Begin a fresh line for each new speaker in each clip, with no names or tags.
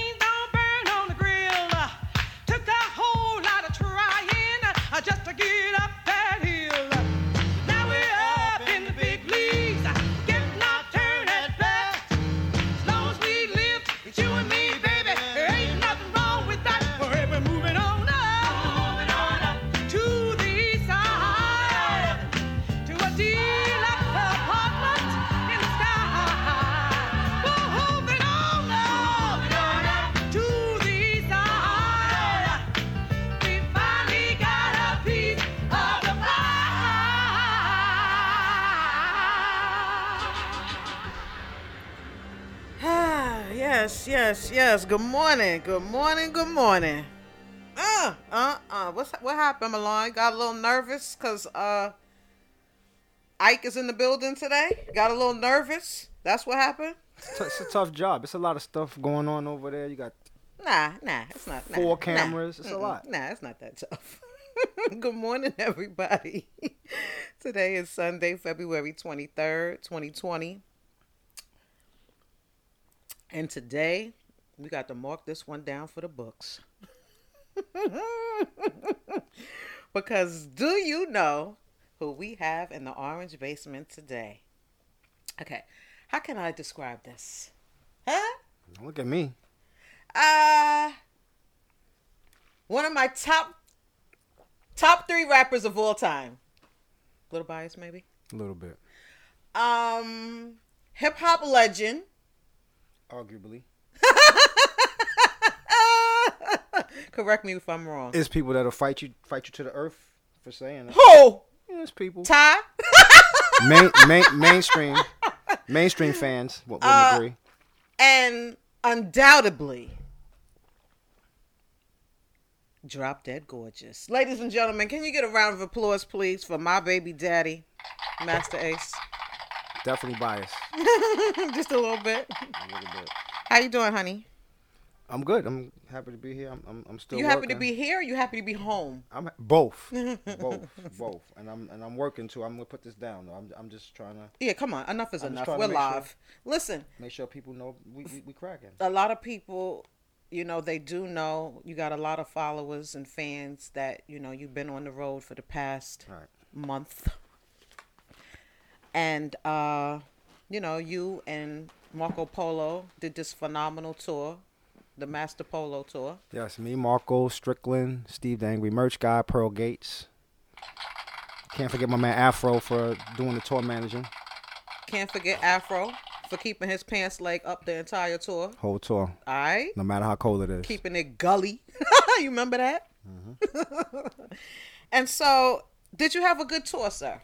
uh, uh, Ah, yes, yes. Good morning. Good morning. Good morning. Uh, uh, uh. What's what happened, Milan? Got a little nervous because uh, Ike is in the building today. Got a little nervous. That's what happened.
It's a, it's a tough job. It's a lot of stuff going on over there. You got
nah, nah. It's not
four
nah,
cameras.
Nah.
It's a lot.
Nah, it's not that tough. good morning, everybody. today is Sunday, February twenty third, twenty twenty. And today, we got to mark this one down for the books. because do you know who we have in the orange basement today? Okay, how can I describe this? Huh?
Look at me.
Uh one of my top top three rappers of all time. A little bias maybe?
A little bit.
Um hip hop legend
arguably.
Correct me if I'm wrong.
It's people that'll fight you, fight you to the earth for saying that.
Who?
Yeah, it's people.
Ty?
main, main, mainstream, mainstream fans would, wouldn't
Uh,
agree.
and undoubtedly, drop dead gorgeous. Ladies and gentlemen, can you get a round of applause, please, for my baby daddy, Master Ace?
Definitely biased.
Just a little bit.
A little bit.
How you doing, honey?
I'm good. I'm happy to be here. I'm, I'm, I'm still.
You happy to
working.
be here? Or you happy to be home?
I'm both, both, both, and I'm and I'm working too. I'm gonna put this down though. I'm I'm just trying to
Yeah, come on. Enough is
I'm just
enough.
trying to
We're
make sure.
live. Listen,
make sure people know we we, we cracking.
a lot of people you know they do know you got a lot of followers and fans that you know you've been on the road for the past
Right.
month and uh you know you and marco polo did this phenomenal tour the master polo tour
Yes, me, Marco Strickland, Steve the Angry Merch Guy, Pearl Gates. Can't forget my man Afro for doing the tour managing
can't forget afro for keeping his pants leg up the entire tour
whole tour,
all right
no matter how cold it is.
keeping it gully you remember that
Mm-hmm.
and so did you have a good tour sir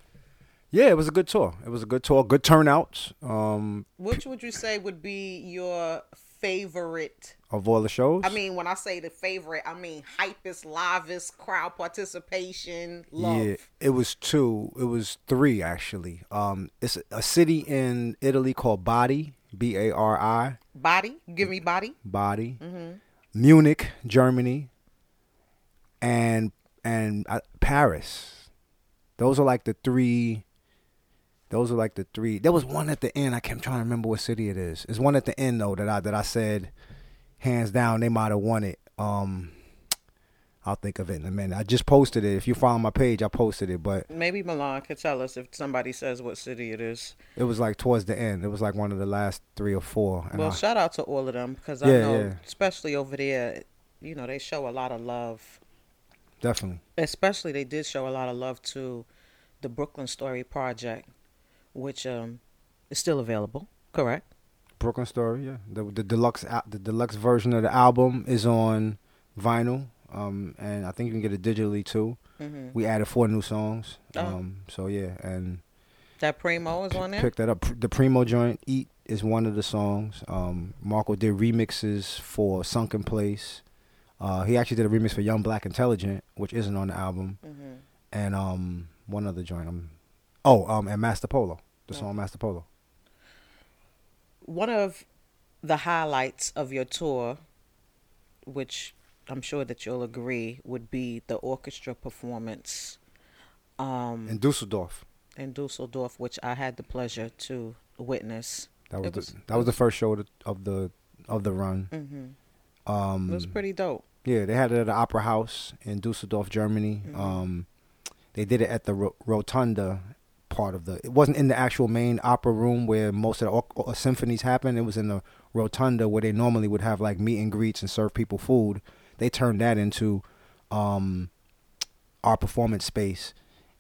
Yeah, it was a good tour. It was a good tour. Good turnouts um,
Which would you say would be your favorite?
of all the shows.
I mean, when I say the favorite, I mean hypest, livest, crowd participation, love.
yeah, it was two. It was three actually. Um, it's a, a city in Italy called Bari, B A R I,
Body, give me body.
Bari, Munich, Germany, and and uh, Paris. Those are like the three. Those are like the three. There was one at the end. I can't trying to remember what city it is. It's one at the end though that I that I said, hands down, they might have won it. Um, I'll think of it in a minute. I just posted it. If you follow my page, I posted it, but
Maybe Milan could tell us if somebody says what city it is.
it was like towards the end. It was like one of the last three or four. And
Well,
I-
shout out to all of them because I
Yeah,
know,
yeah.
especially over there, you know, they show a lot of love.
definitely.
Especially, they did show a lot of love to the Brooklyn Story Project, which um, is still available. Correct.
Brooklyn Story, yeah. The, the deluxe al- the deluxe version of the album is on vinyl, um, and I think you can get it digitally too.
Mm-hmm.
We added four new songs,
Oh.
um, so yeah, and
That Primo is on there.
pick that up. The Primo joint, "Eat" is one of the songs. Um, Marco did remixes for "Sunken Place." Uh, he actually did a remix for "Young Black Intelligent," which isn't on the album,
Mhm.
and um, one other joint. Um, oh, um, and Master Polo, the song Master Polo.
One of the highlights of your tour, which I'm sure that you'll agree, would be the orchestra performance. Um,
In Dusseldorf,
in Dusseldorf, which I had the pleasure to witness.
that was,
It was-
the, that was the first show of the- of the of the run.
hmm
Um,
It was pretty dope.
Yeah, they had it at the Opera House in Dusseldorf, Germany.
Mm-hmm.
Um, they did it at the ro- rotunda part of the. It wasn't in the actual main opera room where most of the or- or- symphonies happen. It was in the rotunda where they normally would have like meet and greets and serve people food. They turned that into um, our performance space,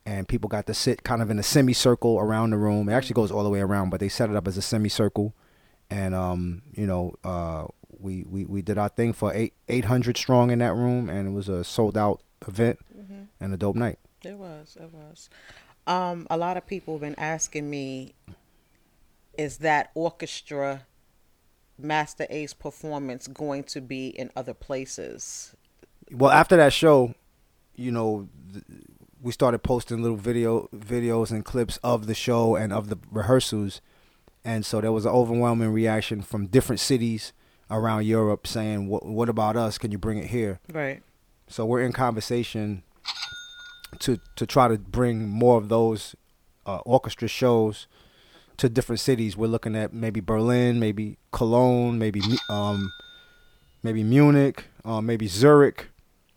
and people got to sit kind of in a semicircle around the room. It actually goes all the way around, but they set it up as a semicircle, and um, you know, uh, we, we we did our thing for eight eight hundred strong in that room, and it was a sold out event and a dope night.
It was. It was. Um, a lot of people have been asking me, is that orchestra Master Ace performance going to be in other places?
Well, after that show, you know, th- we started posting little video videos and clips of the show and of the rehearsals, and so there was an overwhelming reaction from different cities around Europe saying, "What what about us? Can you bring it here?"
Right.
So we're in conversation to to try to bring more of those uh, orchestra shows to different cities. We're looking at maybe Berlin, maybe Cologne, maybe Mu- um, maybe Munich, uh, maybe Zurich,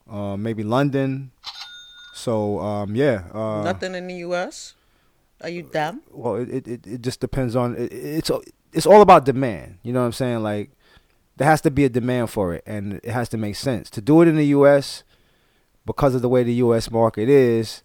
uh, maybe London. So um, yeah, uh,
Nothing in the U.S. Are you dumb?
well it, it, it- it just depends on it, it's it's all about demand you know what i'm saying like there has to be a demand for it and it has to make sense to do it in the us because of the way the us market is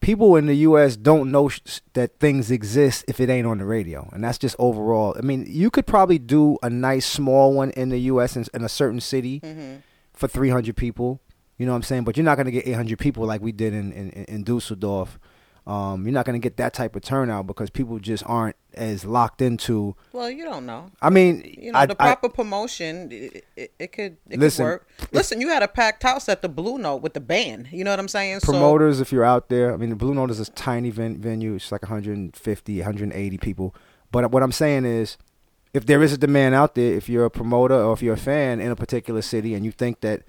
people in the us don't know sh- that things exist if it ain't on the radio and that's just overall i mean you could probably do a nice small one in the us in, in a certain city
Mm-hmm.
for 300 people. You know what I'm saying? But you're not going to get 800 people like we did in, in, in Dusseldorf. Um, you're not going to get that type of turnout because people just aren't as locked into.
Well, you don't know.
I mean,
You know,
I,
the
I-
proper promotion, it, it, it could it
Listen,
could work. Listen, you had a packed house at the Blue Note with the band. You know what I'm saying? So-
promoters, if you're out there, I mean, the Blue Note is a tiny ven- venue. It's like 150, 180 people. But what I'm saying is, if there is a demand out there, if you're a promoter or if you're a fan in a particular city and you think that,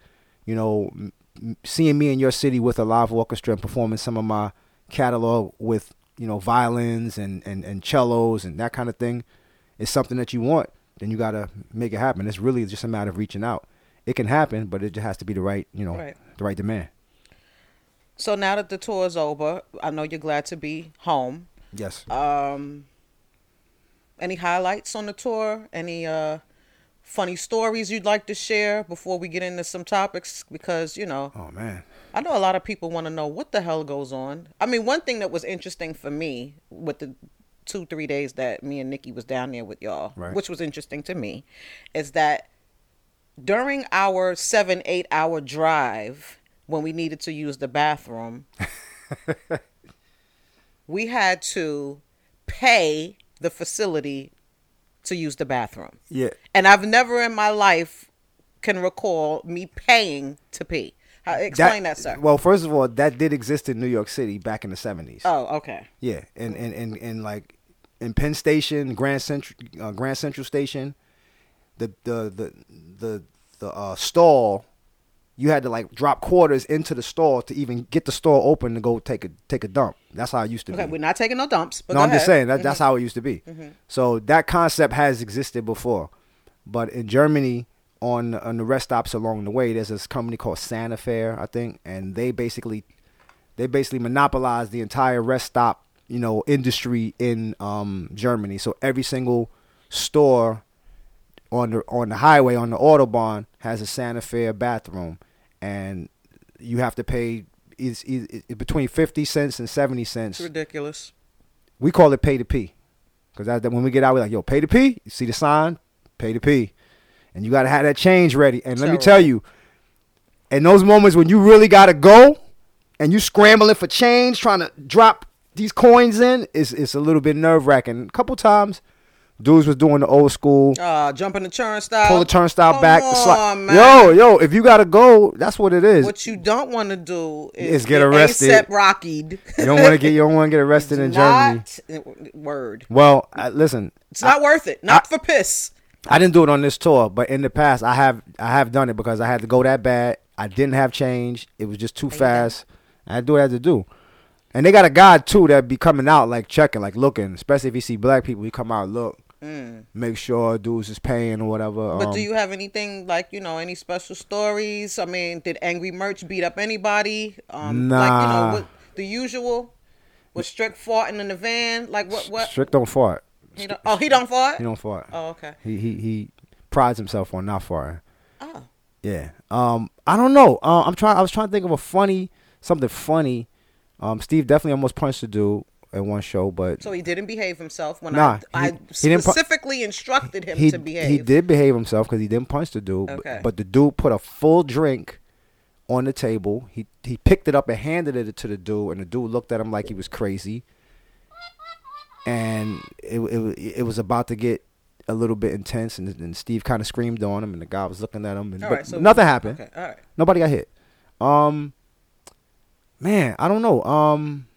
you know, m- m- seeing me in your city with a live orchestra and performing some of my catalog with, you know, violins and, and, and cellos and that kind of thing is something that you want, then you got to make it happen. It's really just a matter of reaching out. It can happen, but it just has to be the right, you know,
Right.
the right demand.
so now that the tour is over, I know you're glad to be home.
Yes.
Um, any highlights on the tour? Any uh, funny stories you'd like to share before we get into some topics? Because you know,
Oh man.
I know a lot of people want to know what the hell goes on. I mean, one thing that was interesting for me with the two three days that me and Nikki was down there with y'all,
Right.
which was interesting to me, is that during our seven eight hour drive when we needed to use the bathroom, we had to pay the facility to use the bathroom.
Yeah.
And I've never in my life can recall me paying to pee. How- Explain that, sir.
Well, first of all, that did exist in New York City back in the seventies.
Oh, okay.
Yeah, and and and and like in Penn Station, Grand Central, uh, Grand Central Station, the the the the the uh, stall, you had to like drop quarters into the stall to even get the stall open to go take a take a dump. That's how it used to
Okay,
be.
we're not taking no dumps. But
no,
go
I'm just
ahead. Mm-hmm.
saying that that's how it used to be. So that concept has existed before, but in Germany, on on the rest stops along the way, there's this company called Santa Fair, I think, and they basically they basically monopolized the entire rest stop, you know, industry in um, Germany. So every single store on the on the highway on the autobahn has a Santa Fair bathroom, and you have to pay is between fifty cents and seventy
It's
cents.
ridiculous.
We call it pay to pee, because that, that when we get out, we're like, yo, pay to pee. You see the sign, pay to pee, and you gotta have that change ready. And let me
Terrible.
tell you, in those moments when you really gotta go, and you scrambling for change, trying to drop these coins in, it's it's a little bit nerve wracking. A couple times, dudes was doing the old school
Uh, jumping the turnstile.
pull the turnstile
Come
back.
On,
slide.
man.
Yo, yo, if you gotta go, that's what it is.
What you don't want to do is,
Is get arrested.
ASAP Rockied.
you don't want to get you don't want to get arrested in Germany.
Not, eh, word.
Well, I, listen,
It's not worth it. Not for piss.
I didn't do it on this tour, but in the past, I have I have done it because I had to go that bad. I didn't have change. It was just too fast. I had to do what I had to do. And they got a guy too that be coming out like checking, like looking, especially if you see black people, he come out look, make sure dudes is paying or whatever.
Mm. But
um,
do you have anything like you know any special stories? I mean, did angry merch beat up anybody? Um,
Nah.
Like you know what, the usual. Was strict farting in the van? Like what? What?
Strick don't fart.
he don't, oh, he don't fart.
He don't fart.
oh, okay.
He he he prides himself on not farting.
Oh,
Yeah. Um. I don't know. Uh, I'm trying. I was trying to think of a funny something funny. Um. Steve definitely almost punched a dude in one show, but
so he didn't behave himself when
Nah,
I,
he-
I
he didn't pu-
specifically instructed him
he
to behave.
he did behave himself because he didn't punch the dude. but-
Okay.
But, the dude put a full drink on the table. He he picked it up and handed it to the dude, and the dude looked at him like he was crazy. And it it it was about to get a little bit intense, and, and Steve kind of screamed on him, and the guy was looking at him, and
All
but
right, so-
nothing happened.
Okay. All right.
Nobody got hit. Um, man, I don't know. Um,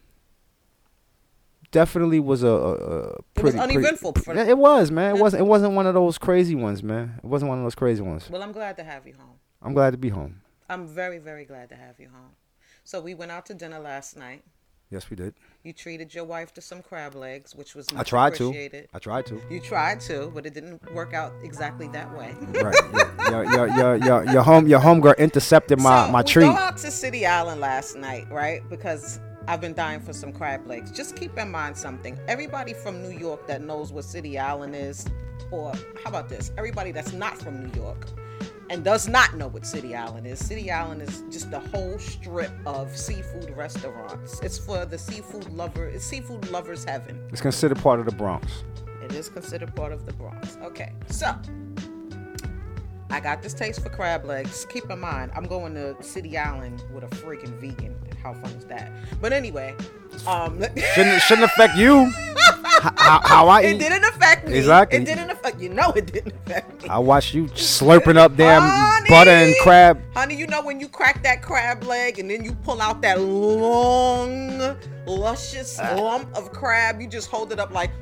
definitely was a, a, a
It was
pretty pretty-
uneventful for-
yeah, it was, man. It wasn't. It wasn't one of those crazy ones, man. It wasn't one of those crazy ones.
Well, I'm glad to have you home.
I'm glad to be home.
I'm very very glad to have you home. So we went out to dinner last night.
Yes, we did.
You treated your wife to some crab legs, which was much
I tried to.
appreciated.
I tried to.
You tried to, but it didn't work out exactly that way.
right. yeah. Your your your your, your home your homegirl intercepted my
so
my
we
treat.
go out to City Island last night, right? Because I've been dying for some crab legs. Just keep in mind something. Everybody from New York that knows what City Island is, or how about this? Everybody that's not from New York and does not know what City Island is. City Island is just the whole strip of seafood restaurants. It's for the seafood lover. It's seafood lovers heaven.
It's considered part of the Bronx.
It is considered part of the Bronx. Okay, so I got this taste for crab legs. Keep in mind, I'm going to City Island with a freaking vegan. How fun is that? But anyway, um,
Shouldn't shouldn't affect you. How, how, how I
it
eat.
didn't affect me.
Exactly.
It didn't affect you. Know it didn't affect me.
I watched you slurping up damn
Honey!
butter and crab.
Honey, you know when you crack that crab leg and then you pull out that long, luscious
Ah.
lump of crab, you just hold it up like.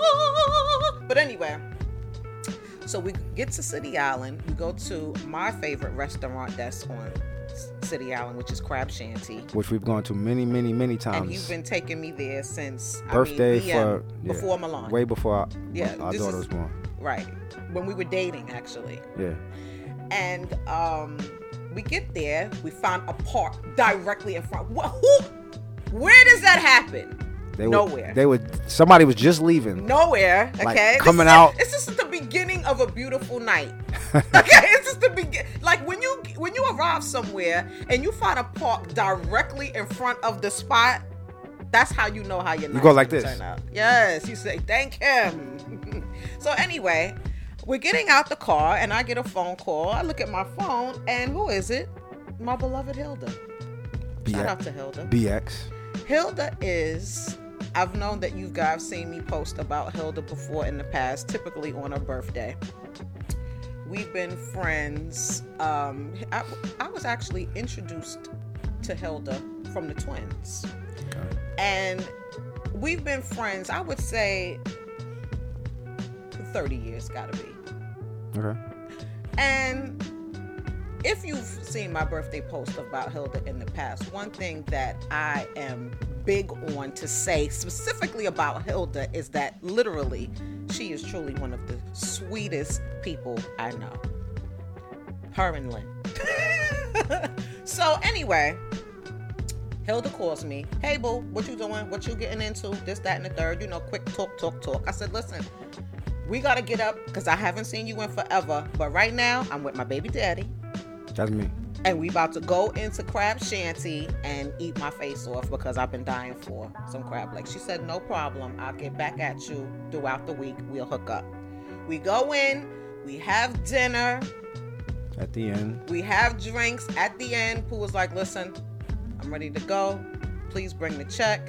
"Ah." But anyway, so we get to City Island. We go to my favorite restaurant that's on S- City Island, which is Crab Shanty.
which we've gone to many, many, many times.
And you've been taking me there since I mean,
Um, birthday
BM,
for yeah,
before Milan,
way before our,
Yeah,
our
this
daughter was
is-
born.
right? When we were dating, actually.
Yeah,
and um, we get there. We found a park directly in front. What? Who? Where does that happen?
they
Nowhere.
Were, they were somebody was just leaving.
Nowhere. Okay.
Like,
This
coming
is-
out-
This is the beginning of a beautiful night. okay. It's just the begin. Like when you when you arrive somewhere and you find a park directly in front of the spot. That's how you know how your night's
go like
gonna
this.
turn out. Yes, you say thank him. so anyway, we're getting out the car and I get a phone call. I look at my phone and who is it? My beloved Hilda. Shout out
BX.
to Hilda.
BX.
Hilda is. I've known that you guys seen me post about Hilda before in the past, typically on her birthday. We've been friends. Um, I, I was actually introduced to Hilda from the twins. And we've been friends, I would say, for 30 years, gotta be.
Okay.
And if you've seen my birthday post about Hilda in the past, one thing that I am big on to say specifically about Hilda is that literally she is truly one of the sweetest people I know. permanently. so anyway, Hilda calls me. Hey boo, what you doing? What you getting into? This, that, and the third. You know, quick talk, talk, talk. I said, listen, we gotta get up because I haven't seen you in forever. But right now, I'm with my baby daddy,
That's me.
and we about to go into Crab Shanty and eat my face off because I've been dying for some crab legs. She said, no problem. I'll get back at you throughout the week. We'll hook up. We go in. We have dinner.
At the end.
We have drinks at the end. Pooh was like, listen, I'm ready to go. Please bring the check.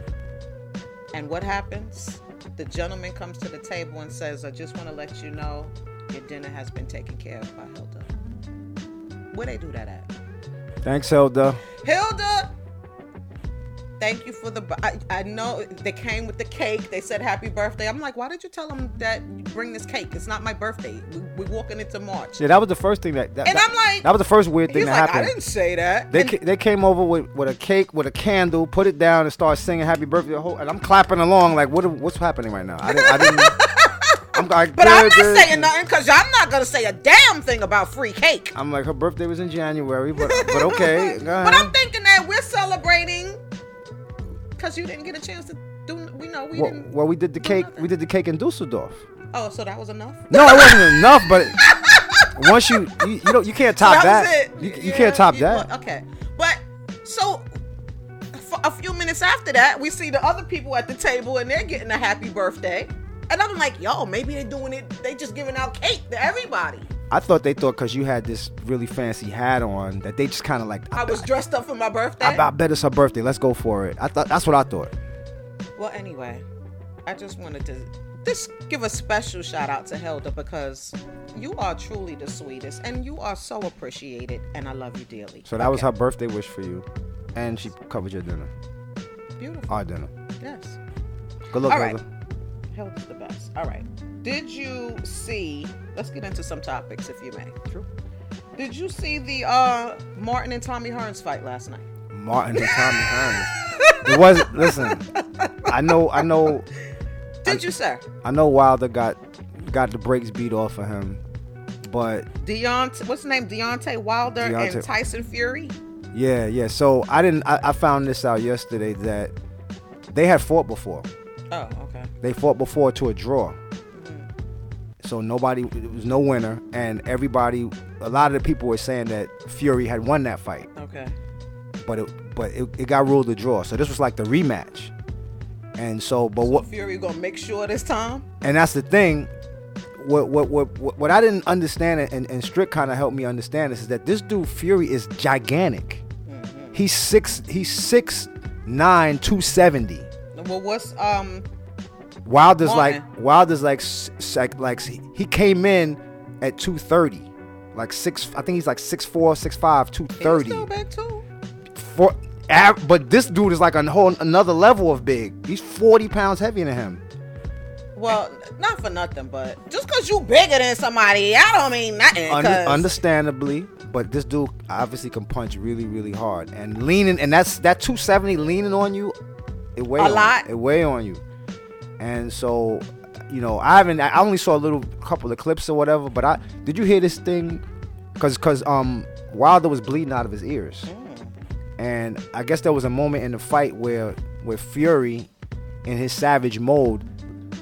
And what happens? The gentleman comes to the table and says, I just want to let you know your dinner has been taken care of by Hilda. Where they do that at?
Thanks, Hilda.
Hilda, thank you for the. bu- I, I know they came with the cake. They said happy birthday. I'm like, why did you tell them that you bring this cake? It's not my birthday. We, we're walking into March.
Yeah, that was the first thing that. that
And
that-
I'm like-
that was the first weird thing
He's
that
like, I
happened.
didn't say that.
They,
And-
ca- they came over with, with a cake, with a candle, put it down, and started singing "Happy Birthday." the whole- And I'm clapping along, like, what? What's happening right now? I didn't. I didn't I'm like,
But I'm
"Good,
not
good."
saying nothing because y'all not gonna say a damn thing about free cake.
I'm like, her birthday was in January, but but okay. go
But I'm
ahead.
thinking that we're celebrating because you didn't get a chance to do. We know we
well,
didn't.
well, we did the
do
cake.
nothing.
We did the cake in Dusseldorf.
Oh, so that was enough.
No, it wasn't enough, but once you you, you don't you can't top
that
that.
was it.
You, you
Yeah,
can't top
you-
that.
well, Okay, but so for a few minutes after that, we see the other people at the table and they're getting a happy birthday, and I'm like, yo, maybe they're doing it. They just giving out cake to everybody.
I thought they thought because you had this really fancy hat on that they just kind of like.
I was dressed up for my birthday.
I, I bet it's her birthday. Let's go for it. I thought that's what I thought.
Well, anyway, I just wanted to just give a special shout out to Hilda because you are truly the sweetest and you are so appreciated and I love you dearly.
So that was her birthday wish for you, and she covered your dinner,
beautiful.
our dinner.
yes.
Good luck,
All right.
brother.
Hilda's the best. All right. Did you see let's get into some topics if you may. True. Did you see the uh Martin and Tommy Hearns fight last night?
Martin and Tommy Hearns. It was listen. I know. I know.
Did you, sir?
I know Wilder got got the brakes beat off of him, but
Deontay, what's his name? Deontay Wilder
Deontay-
and Tyson Fury?
yeah, yeah. So I didn't. I, I found this out yesterday that they had fought before.
Oh, okay.
They fought before to a draw. So nobody, it was no winner, and everybody, a lot of the people were saying that Fury had won that fight,
Okay.
but it, but it, it got ruled a draw. So this was like the rematch, and so, but what,
Fury gonna make sure this time?
and that's the thing what what what what, what i didn't understand and, and strick kind of helped me understand this is that this dude fury is gigantic
Mm-hmm.
he's six he's six nine two seventy
Well, what's um?
wilder's
Come on,
like wilder's like s- s- like like he he came in at 230 like six i think he's like six four six five two
he's
thirty
Still big too.
for av- but this dude is like a whole another level of big he's 40 pounds heavier than him
Well, n- not for nothing, but just cause you bigger than somebody, I don't mean nothing.
Un-
'cause-
understandably, but this dude obviously can punch really, really hard and leaning, and that's that 270 leaning on you, it weigh
A
on you.
lot.
it weigh on you, and so, you know, I haven't, I only saw a little couple of clips or whatever, but I did you hear this thing? Cause, cause, um, Wilder was bleeding out of his ears,
Mm.
and I guess there was a moment in the fight where, where Fury, in his savage mode,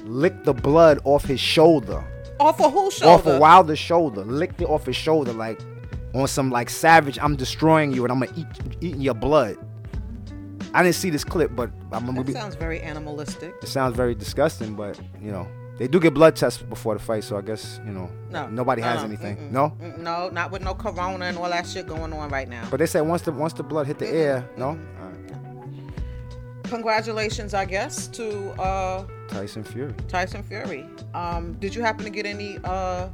licked the blood off his shoulder
off of whose shoulder?
off of Wilder's shoulder, licked it off his shoulder, like on some like savage. I'm destroying you and I'm gonna eat eating your blood. I didn't see this clip, but I'm gonna
That
be,
sounds very animalistic.
it sounds very disgusting. But you know, they do get blood tests before the fight, so I guess you know
No,
nobody
no,
has
no,
anything.
mm-mm,
No,
mm, no, not with no corona and all that shit going on right now.
but they said once the once the blood hit the air, no, All right.
Congratulations, I guess, to uh
Tyson Fury.
Tyson Fury. Um, did you happen to get any uh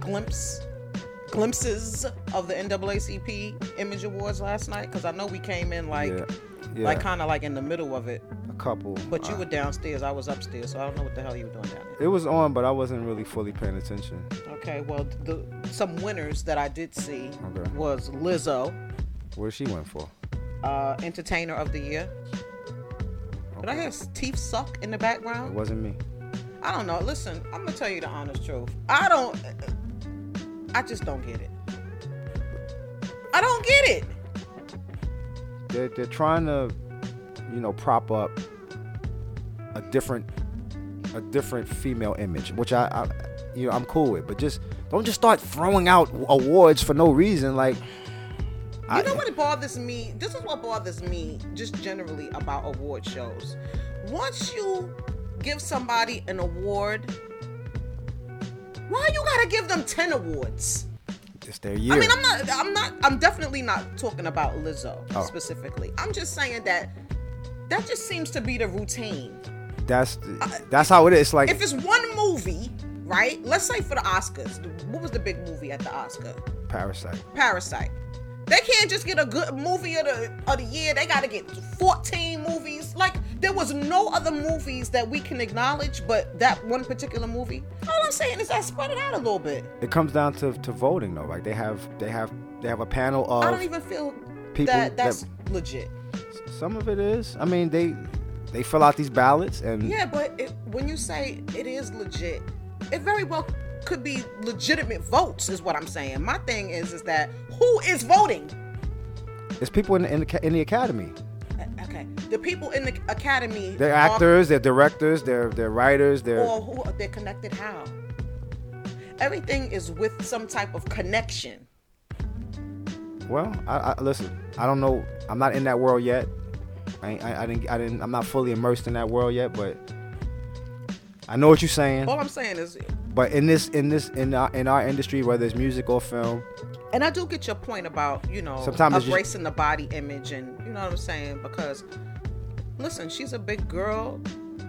glimpse? Glimpses of the NAACP Image Awards last night because I know we came in like,
yeah, yeah,
like kind of like in the middle of it.
a couple.
But you
Uh,
were downstairs. I was upstairs, so I don't know what the hell you were doing down
It was on, but I wasn't really fully paying attention.
there. Okay. Well, the some winners that I did see
Okay.
was Lizzo,
What she went for?
uh, Entertainer of the Year. Did I hear s- teeth suck in the
It
background?
wasn't me.
I don't know. Listen, I'm gonna tell you the honest truth. I don't. I just don't get it. I don't get it.
They're, they're trying to, you know, prop up a different a different female image, which I, I you know, I'm cool with. But just don't just start throwing out awards for no reason. Like,
You know what bothers me? This is what bothers me just generally about award shows. Once you give somebody an award, why you gotta give them ten awards?
it's their year.
I mean, I'm not, I'm not, I'm definitely not talking about Lizzo
Oh.
specifically. I'm just saying that that just seems to be the routine.
that's that's how it is. It's like
If it's one movie, right? Let's say for the Oscars, the- what was the big movie at the Oscar?
Parasite.
Parasite. They can't just get a good movie of the of the year. They gotta get 14 movies. Like there was no other movies that we can acknowledge, but that one particular movie. All I'm saying is that spread it out a little bit.
It comes down to, to voting though. Like they have they have they have a panel of
I don't even feel
people
that that's
that-
legit.
some of it is. I mean they they fill out these ballots and
Yeah, but it, when you say it is legit, it very well could be legitimate votes, is what I'm saying. My thing is, is that who is voting?
it's people in the, in the, ca- in the academy.
Uh, Okay, the people in the academy.
They're
are-
actors, they're directors, they're they're writers, they're
or who they're connected how. Everything is with some type of connection.
well. I, I listen. I don't know. I'm not in that world yet. I, ain't- I I didn't I didn't I'm not fully immersed in that world yet, but I know what you're saying.
All I'm saying is,
But in this in this in our, in our industry, whether it's music or film,
and I do get your point about you know
Sometimes it's just-
embracing the body image, and you know what I'm saying because listen, she's a big girl.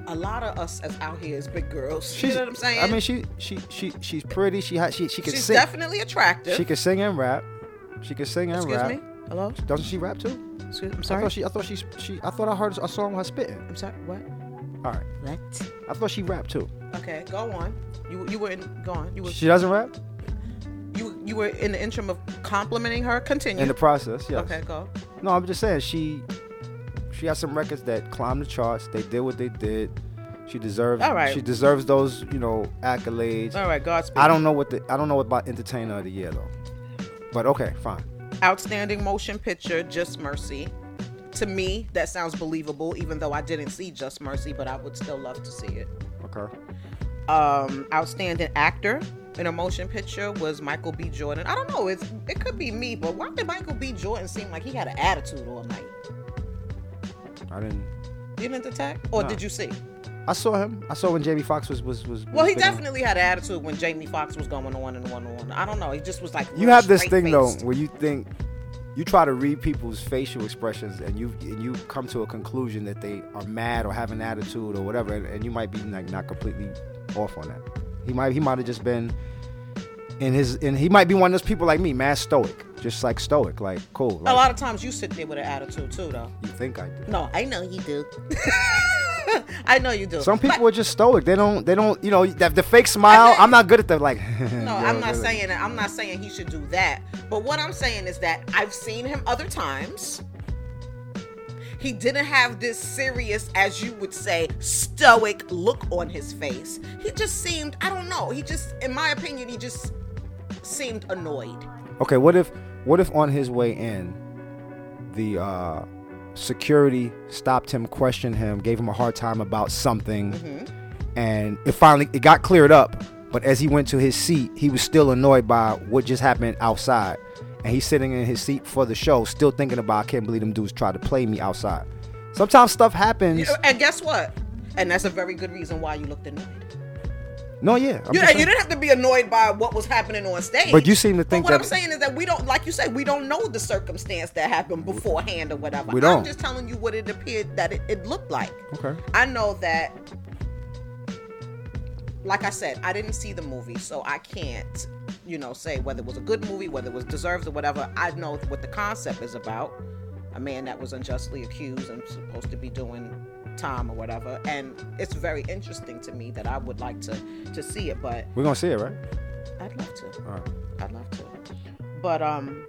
A lot of us as out here is big girls.
she's
you know what I'm saying?
I mean, she she she she's pretty. She ha- she she can
she's
sing.
definitely attractive.
She can sing and rap. She can sing and
Excuse
rap.
me. Hello.
Doesn't she rap too?
Excuse, I'm
I
sorry.
thought she. I thought she. She. I thought I heard a song with her spitting.
I'm sorry. What?
All right.
What?
I thought she rapped too.
Okay, go on. You you were in, go on. You were
She doesn't rap
you you were in the interim of complimenting her. Continue.
in the process. Yes.
okay, go.
No, I'm just saying she. She has some records that climbed the charts. They did what they did. She deserves.
All right.
She deserves those. You know accolades.
All right, Godspeed.
I don't know what the. I don't know about entertainer of the year though. But okay, fine.
Outstanding motion picture, Just Mercy. To me, that sounds believable, even though I didn't see Just Mercy, but I would still love to see it.
Okay.
Um, outstanding actor in a motion picture was Michael B. Jordan. I don't know, it's, it could be me, but why did Michael B. Jordan seem like he had an attitude all night?
I didn't.
You didn't detect? Or
Nah.
did you see?
I saw him. I saw when Jamie Foxx was was was.
Well,
was
he
big.
definitely had an attitude when Jamie Foxx was going on and on and on. I don't know. He just was like,
You
real
have this thing though
straight-faced.
where you think you try to read people's facial expressions and you and you come to a conclusion that they are mad or have an attitude or whatever, and, and you might be like not completely off on that. He might he might have just been in his and he might be one of those people like me, mad stoic, just like stoic, like cool.
A
Like,
lot of times you sit there with an attitude too, though.
you think I do.
No, I know you do. I know you do.
Some people are just stoic. They don't. They don't. You know that the fake smile.
think-
I'm not good at the like.
No, I'm not saying that. I'm not saying he should do that. But what I'm saying is that I've seen him other times. He didn't have this serious, as you would say, stoic look on his face. He just seemed, I don't know, he just, in my opinion, he just seemed annoyed.
Okay, what if what if on his way in, the uh, security stopped him, questioned him, gave him a hard time about something,
Mm-hmm.
and it finally it got cleared up. But as he went to his seat, he was still annoyed by what just happened outside, and he's sitting in his seat for the show, still thinking about I can't believe them dudes tried to play me outside. Sometimes stuff happens.
And guess what? And that's a very good reason why you looked annoyed.
No, yeah, I'm
You,
just
you
saying.
didn't have to be annoyed by what was happening on stage.
But you seem to think
But what
that-
I'm saying is that we don't, like you said, we don't know the circumstance that happened beforehand or whatever.
We don't.
I'm just telling you what it appeared that it, it looked like.
Okay.
I know that, like I said, I didn't see the movie, so I can't, you know, say whether it was a good movie, whether it was deserved or whatever. I know what the concept is about a man that was unjustly accused and supposed to be doing time or whatever. And it's very interesting to me that I would like to, to see it, but
We're gonna see it, right?
I'd love to.
All right.
I'd love to. But um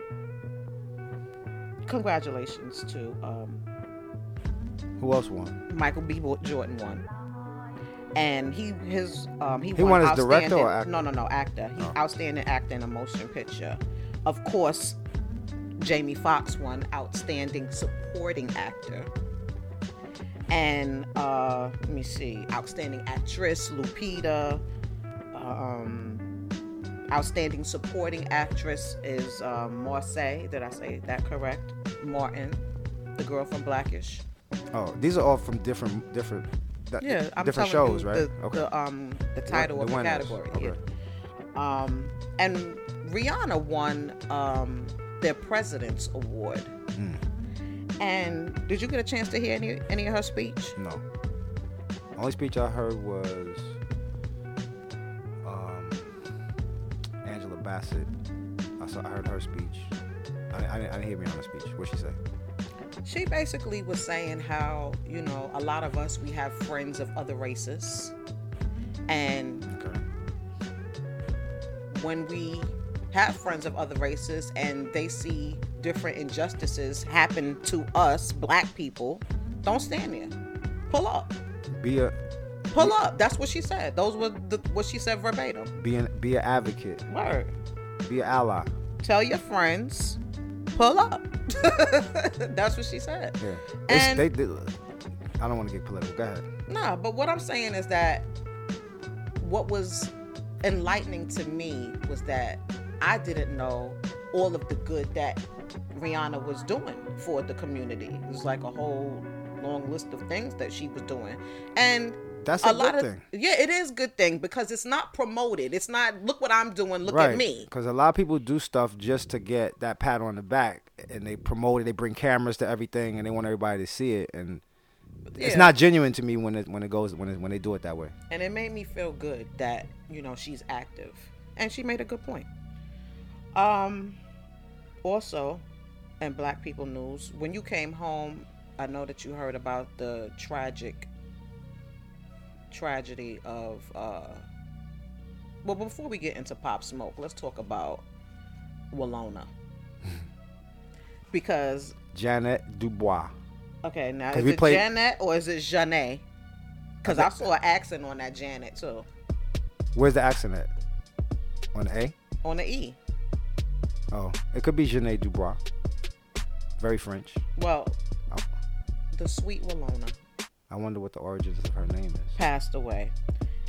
congratulations to um
Who else won?
Michael B. Bo- Jordan won. And he his um he,
He won as
outstanding-
director or actor? Oh.
No, no, no, actor. He outstanding actor in a motion picture. Of course, Jamie Foxx won Outstanding Supporting Actor. And uh, let me see, Outstanding Actress Lupita. Um, outstanding Supporting Actress is uh, Marseille. Did I say that correct? Martin, the girl from Blackish.
Oh, these are all from different different that,
Yeah, I'm
different
telling you
shows, right?
The, the um the title
the
of the
winners.
category. yeah.
Okay.
Um, and Rihanna won um, their President's Award.
Hmm.
And did you get a chance to hear any any of her speech?
No. Only speech I heard was um, Angela Bassett. I saw. I heard her speech. I, I, didn't, I didn't hear Rihanna's speech. What she say? Hmm.
She basically was saying how you know a lot of us we have friends of other races, and
Okay.
when we have friends of other races and they see different injustices happen to us black people, don't stand there. Pull up.
Be a
Pull up. That's what she said. Those were the, what she said verbatim.
be an be an advocate.
Word.
Be an ally.
Tell your friends. Pull up. That's what she said.
Yeah. It's-
And-
they, they, I don't want to get political. Go ahead.
Nah, but what I'm saying is that what was enlightening to me was that I didn't know all of the good that Rihanna was doing for the community. It was like a whole long list of things that she was doing. And
That's a good
lot of
thing.
yeah, it is good thing because it's not promoted. It's not look what I'm doing, look at me.
Because a lot of people do stuff just to get that pat on the back, and they promote it. They bring cameras to everything, and they want everybody to see it. And
Yeah.
it's not genuine to me when it when it goes when it, when they do it that way.
and it made me feel good that you know she's active and she made a good point um also in black people news when you came home i know that you heard about the tragic tragedy of uh well before we get into pop smoke let's talk about Walona because
Janet Dubois.
okay now
'Cause
is
we
it
played-
Janet or is it Janet because I saw an accent on that Janet too
Where's the accent at? On A?
on the E
Oh, it could be Janet Dubois. Very French.
Well,
I,
the sweet Walona
I wonder what the origins of her name is.
passed away.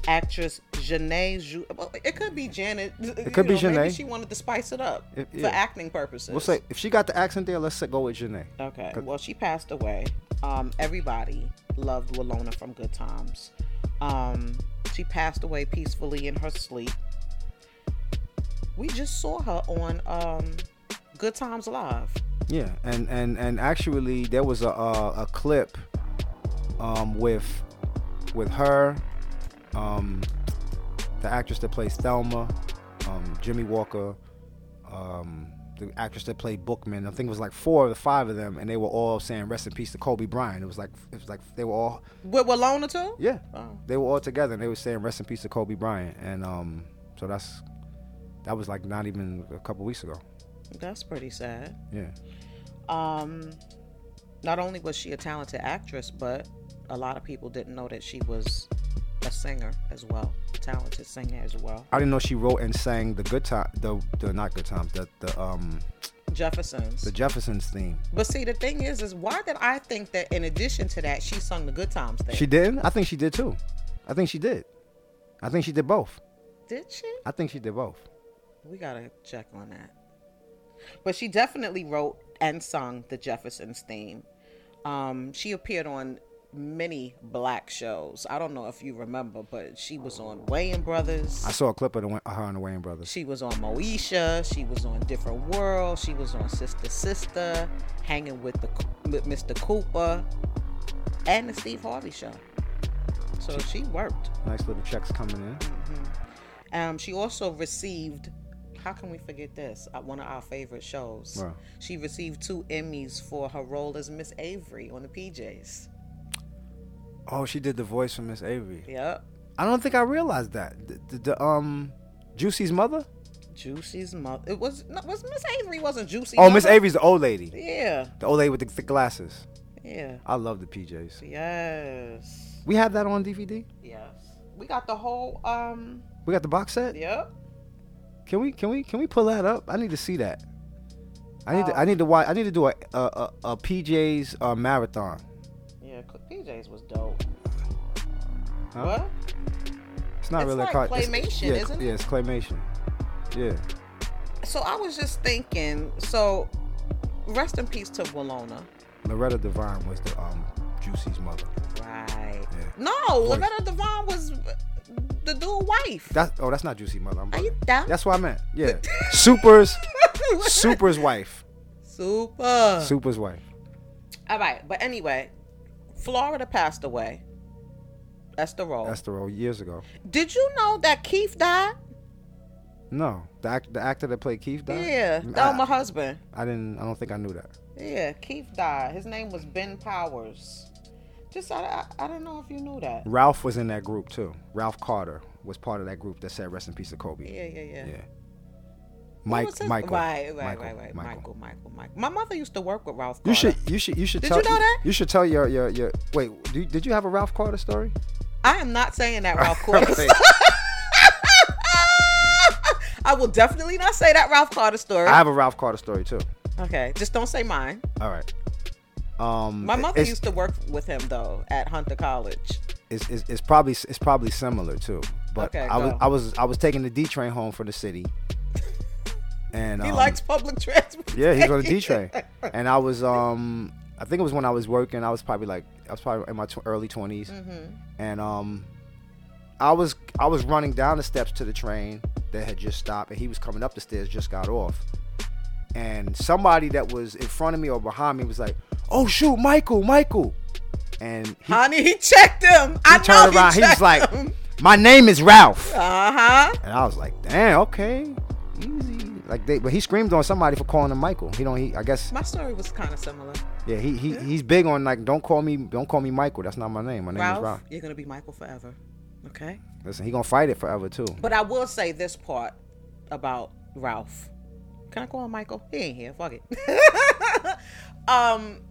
Actress Janae Ju- well, it could be Janet. It
could be
Maybe
Janae.
she wanted to spice it up
It-
for
yeah.
acting purposes.
We'll say if she got the accent there, let's go with Janet.
Okay. Well, she passed away. Um, everybody loved Walona from Good Times. Um, she passed away peacefully in her sleep. We just saw her on um, Good Times Live.
Yeah, and and and actually, there was a a, a clip um, with with her, um, the actress that plays Thelma, um, Jimmy Walker, um, the actress that played Bookman. I think it was like four of the five of them, and they were all saying "Rest in peace" to Kobe Bryant. It was like it was like they were all
With Walona, too?
yeah,
Oh.
they were all together, and they were saying "Rest in peace" to Kobe Bryant, and um, so that's that was like not even a couple weeks ago.
That's pretty sad.
Yeah.
um not only was she a talented actress but a lot of people didn't know that she was a singer as well a talented singer as well
I didn't know she wrote and sang the good time, the the not good times, the the um
jefferson's
the Jeffersons theme.
but see the thing is is why did i think that in addition to that she sung the good times thing
She didn't. I think she did too. I think she did. I think she did both.
did she
I think she did both.
we gotta check on that but she definitely wrote and sung the jefferson's theme um she appeared on many black shows i don't know if you remember but she was on Wayne brothers
I saw a clip of, the, Wa- her and the Wayne brothers.
She was on Moesha. She was on Different World. She was on Sister Sister, hanging with the with Mr. Cooper, and the Steve Harvey Show. So she worked.
Nice little checks coming in.
Um, she also received. How can we forget this? Uh, One of our favorite shows.
Right.
She received two Emmys for her role as Miss Avery on the PJs.
Oh, she did the voice from Miss Avery.
Yep.
I don't think I realized that. The, the, the um Juicy's mother.
Juicy's mother. It was no, was Miss Avery wasn't Juicy.
Oh, Miss
mother?
Avery's the old lady.
Yeah.
The old lady with the thick glasses.
Yeah.
I love the PJs.
Yes.
We have that on DVD.
Yes. We got the whole um
We got the box set.
yep.
Can we can we can we pull that up? I need to see that. I need
Oh.
to, I need to watch. I need to do a a, a, a PJ's uh, marathon.
Yeah, Cl- PJs was dope.
Huh?
What?
It's not
It's
really
like
a car- it's-
claymation,
yeah,
isn't it?
Yeah, it's claymation. Yeah.
So I was just thinking. So, rest in peace to Walona.
Loretta Devine was the um Juicy's mother.
Right.
Yeah.
No, Loretta Devon was uh, the dude wife.
That oh, that's not Juicy mother. I'm
Are
bugging.
you dumb?
That's what I meant. Yeah. Super's Super's wife.
Super.
Super's wife.
All right, but anyway, Florida passed away. That's the role.
That's the role years ago.
Did you know that Keith died?
No, the act, the actor that played Keith died.
Yeah, Oh,
I-
that was my husband.
I didn't. I don't think I knew that.
Yeah, Keith died. His name was Ben Powers. Just I, I, I don't know if you knew that.
Ralph was in that group too. Ralph Carter was part of that group that said "Rest in peace to Kobe."
Yeah, yeah, yeah.
Yeah.
What
Mike,
was his-
Michael.
Right, right,
Michael,
right, right.
Michael.
Michael, Michael, Michael. My mother used to work with Ralph.
You
Carter.
should, you should, you should
Did
tell.
you know that?
You should tell your, your, your. Wait, do you, did you have a Ralph Carter story?
I am not saying that Ralph Carter.
Okay.
I will definitely not say that Ralph Carter story.
I have a Ralph Carter story too.
okay, just don't say mine.
All right. Um,
My mother
it's,
used to work with him though at Hunter College.
It's, it's, it's probably it's probably similar too. But
Okay,
I was
go.
I was I was taking the D train home from the city. And
He
um,
likes public transportation.
Yeah, he's on the D train. And I was um I think it was when I was working. I was probably like I was probably in my tw- early 20s
Mm-hmm.
and um I was I was running down the steps to the train that had just stopped, and he was coming up the stairs, just got off, and somebody that was in front of me or behind me was like, "Oh shoot, Michael, Michael," and he,
Honey, he checked him. I
he turned
know
around, he,
he
was
checked
like,
him.
"My name is Ralph,"
Uh huh.
and I was like, "Damn, okay, easy." Like they, but he screamed on somebody for calling him Michael. He don't. He, I guess
My story was kind of similar.
yeah, he, he he's big on like don't call me don't call me Michael. That's not my name. My name is
Ralph,
Ralph.
you're gonna be Michael forever. Okay.
Listen, he gonna fight it forever too.
But I will say this part about Ralph. Can I call him Michael? He ain't here. Fuck it. um,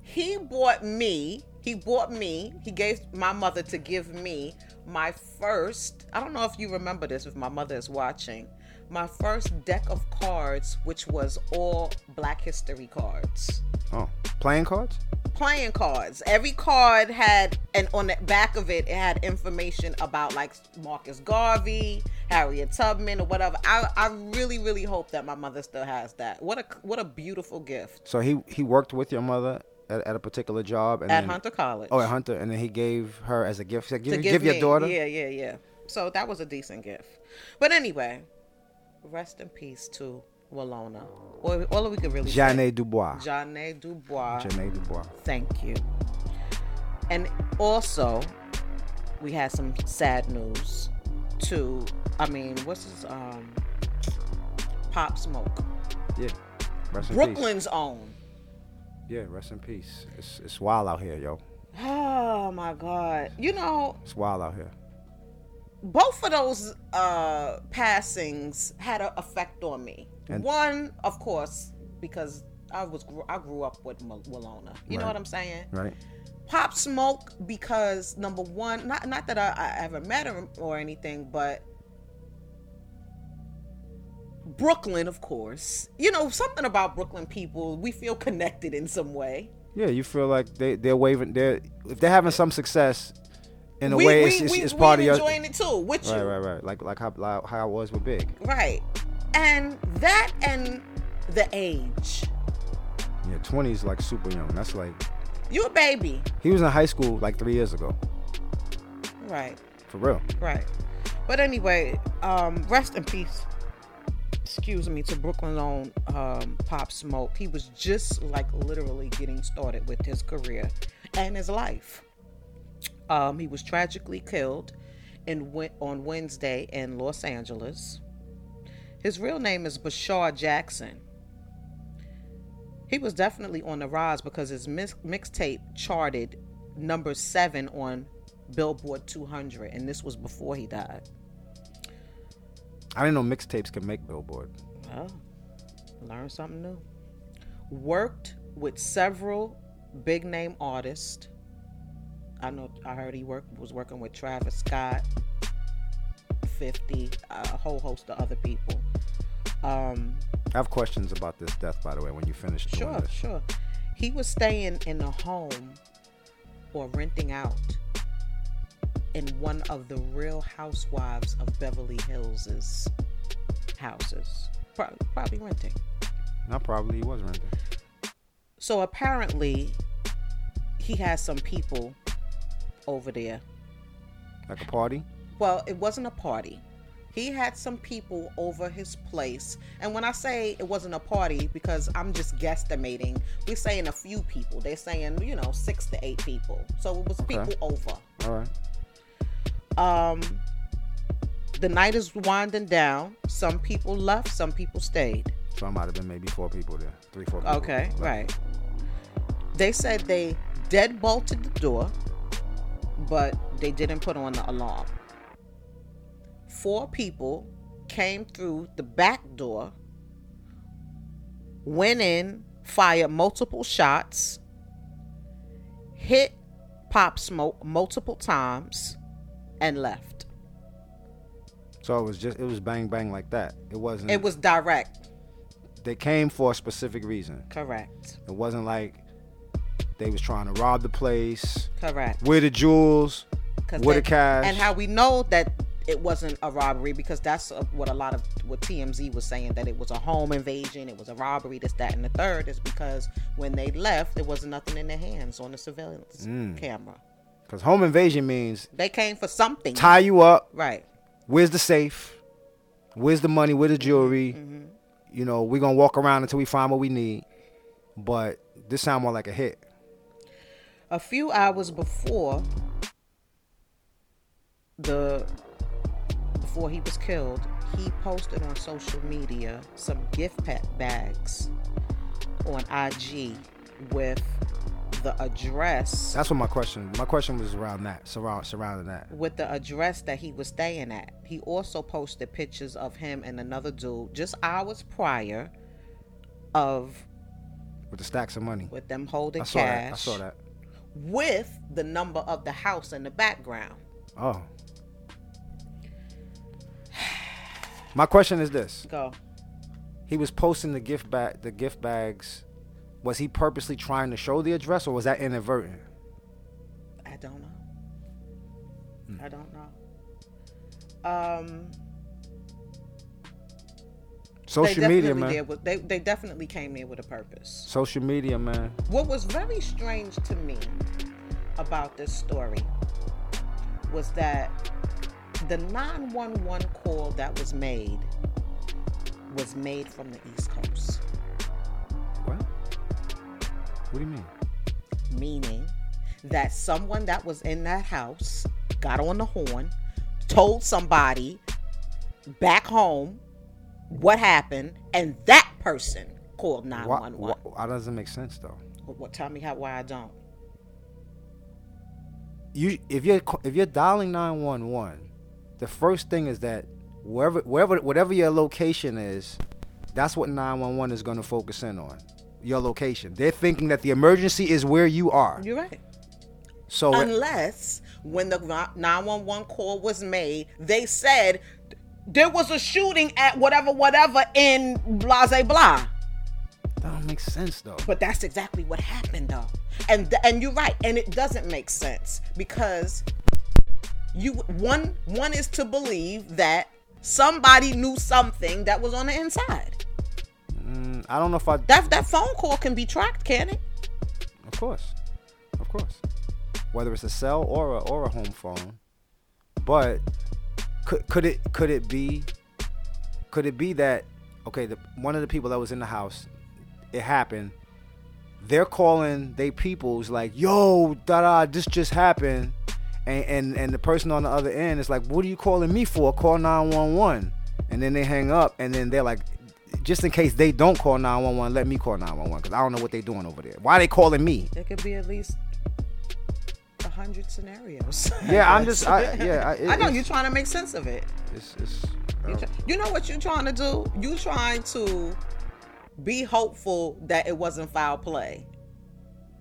he bought me. He bought me. He gave my mother to give me my first. I don't know if you remember this. If my mother is watching, my first deck of cards, which was all Black History cards
Oh, playing cards.
playing cards. Every card had, and on the back of it, it had information about like Marcus Garvey, Harriet Tubman, or whatever. I, I really, really hope that my mother still has that. What a what a beautiful gift
So he he worked with your mother at, at a particular job and
at
then,
Hunter College.
Oh, at Hunter, and then he gave her as a gift. He said,
to
give, give your
me.
daughter.
Yeah, yeah, yeah. So that was a decent gift. But anyway, rest in peace to Walona. All, all we could really say.
Janet Dubois.
Janae Dubois.
Janet Dubois.
Thank you. And also, we had some sad news to, I mean, what's his, um, Pop Smoke.
Yeah. Rest in peace.
Brooklyn's own.
Yeah, rest in peace. It's it's wild out here, yo.
Oh my God. You know,
It's wild out here.
both of those uh, passings had an effect on me.
And-
One, of course, because I was gr- I grew up with Mal- Walona. You know
Right.
what I'm saying?
Right?
Pop Smoke because number one, not not that I, I ever met him or anything, but Brooklyn, of course. You know something about Brooklyn people. We feel connected in some way.
Yeah, you feel like they they're waving. They're if they're having some success, in a
we,
way,
we,
it's, it's,
we,
it's
we
part of your.
enjoying it too with
Right,
you,
right, right. Like like how like how I was with Big.
right? And that and the age.
Yeah, twenty is like super young. That's like
You a baby,
he was in high school like three years ago,
right?
for real.
Right. But anyway, um, rest in peace. Excuse me to Brooklyn Lone um, Pop Smoke. He was just like literally getting started with his career and his life. Um, he was tragically killed in, Wed- on Wednesday in Los Angeles. His real name is Bashar Jackson. He was definitely on the rise because his mis- mixtape charted number seven on Billboard 200, and this was before he died.
I didn't know mixtapes could make Billboard.
Oh, learn something new. Worked with several big name artists. I know I heard he worked was working with Travis Scott, 50, a whole host of other people. Um,
I have questions about this death, by the way. When you finish doing
sure,
this,
sure. He was staying in a home or renting out in one of the Real Housewives of Beverly Hills's houses. Probably, probably renting.
not probably he was renting.
So apparently, he has some people over there.
Like a party.
Well, it wasn't a party. He had some people over his place. And when I say it wasn't a party, because I'm just guesstimating, we're saying a few people. They're saying, you know, six to eight people. So it was people over.
All right.
Um, the night is winding down. Some people left, some people stayed.
So I might have been maybe four people there, three, four. People
Okay,
Like,
right. They said they dead bolted the door, but they didn't put on the alarm. Four people came through the back door, went in, fired multiple shots, hit Pop Smoke multiple times, and left.
So it was just it was bang bang like that. It wasn't.
It was direct.
They came for a specific reason.
Correct.
It wasn't like they was trying to rob the place.
Correct.
Where the jewels?
'Cause
Where the
they-
cash?
And how we know that it wasn't a robbery because that's uh, what a lot of what TMZ was saying that it was a home invasion, it was a robbery, this, that, and the third is because when they left, there wasn't nothing in their hands on the surveillance camera.
Because home invasion means
They came for something,
tie you up.
right?
Where's the safe? Where's the money? Where's the jewelry?
Mm-hmm.
You know, we're gonna walk around until we find what we need. But this sound more like a hit.
A few hours before the before he was killed, he posted on social media some gift pack bags on IG with the address
That's what my question. My question was around that, surround, surrounding that.
with the address that he was staying at. He also posted pictures of him and another dude just hours prior of
with the stacks of money.
with them holding
I saw
cash
that. I saw that.
with the number of the house in the background.
Oh. My question is this:
Go.
He was posting the gift bag, the gift bags. Was he purposely trying to show the address, or was that inadvertent?
I don't know.
Hmm.
I don't know. Um, they
Social
definitely
media, man.
did what- they, they definitely came in with a purpose.
Social media, man.
What was very strange to me about this story was that the 911 call that was made was made from the East Coast,
What? What do you mean?
meaning that someone that was in that house got on the horn, told somebody back home what happened, and that person called
Why,
911.
why, why doesn't make sense though?
Well, tell me how why I don't.
You, if you're ca- if you're dialing nine one one, the first thing is that wherever wherever whatever your location is, that's what nine one one is going to focus in on. Your location. They're thinking that the emergency is where you are.
You're right. Oh,
So
unless when the 911 call was made, they said there was a shooting at whatever, whatever in blah, blah, blah.
that don't make sense though.
But that's exactly what happened, though. And th- and you're right, and it doesn't make sense because you one one is to believe that somebody knew something that was on the inside.
Mm, I don't know if I.
That that phone call can be tracked, can it?
Of course, of course. Whether it's a cell or a, or a home phone, but could could it could it be could it be that okay the one of the people that was in the house it happened they're calling they peoples like yo da da this just happened and, and and the person on the other end is like what are you calling me for call 911 and then they hang up and then they're like just in case they don't call 911 let me call 911 because i don't know what they're doing over there why they calling me
There could be at least a hundred scenarios.
Yeah, I'm
guess.
just- I- yeah, I- it-
I know
it's-
you're trying to make sense of it.
it's, it's,
You try- You know what you're trying to do? You trying to be hopeful that it wasn't foul play.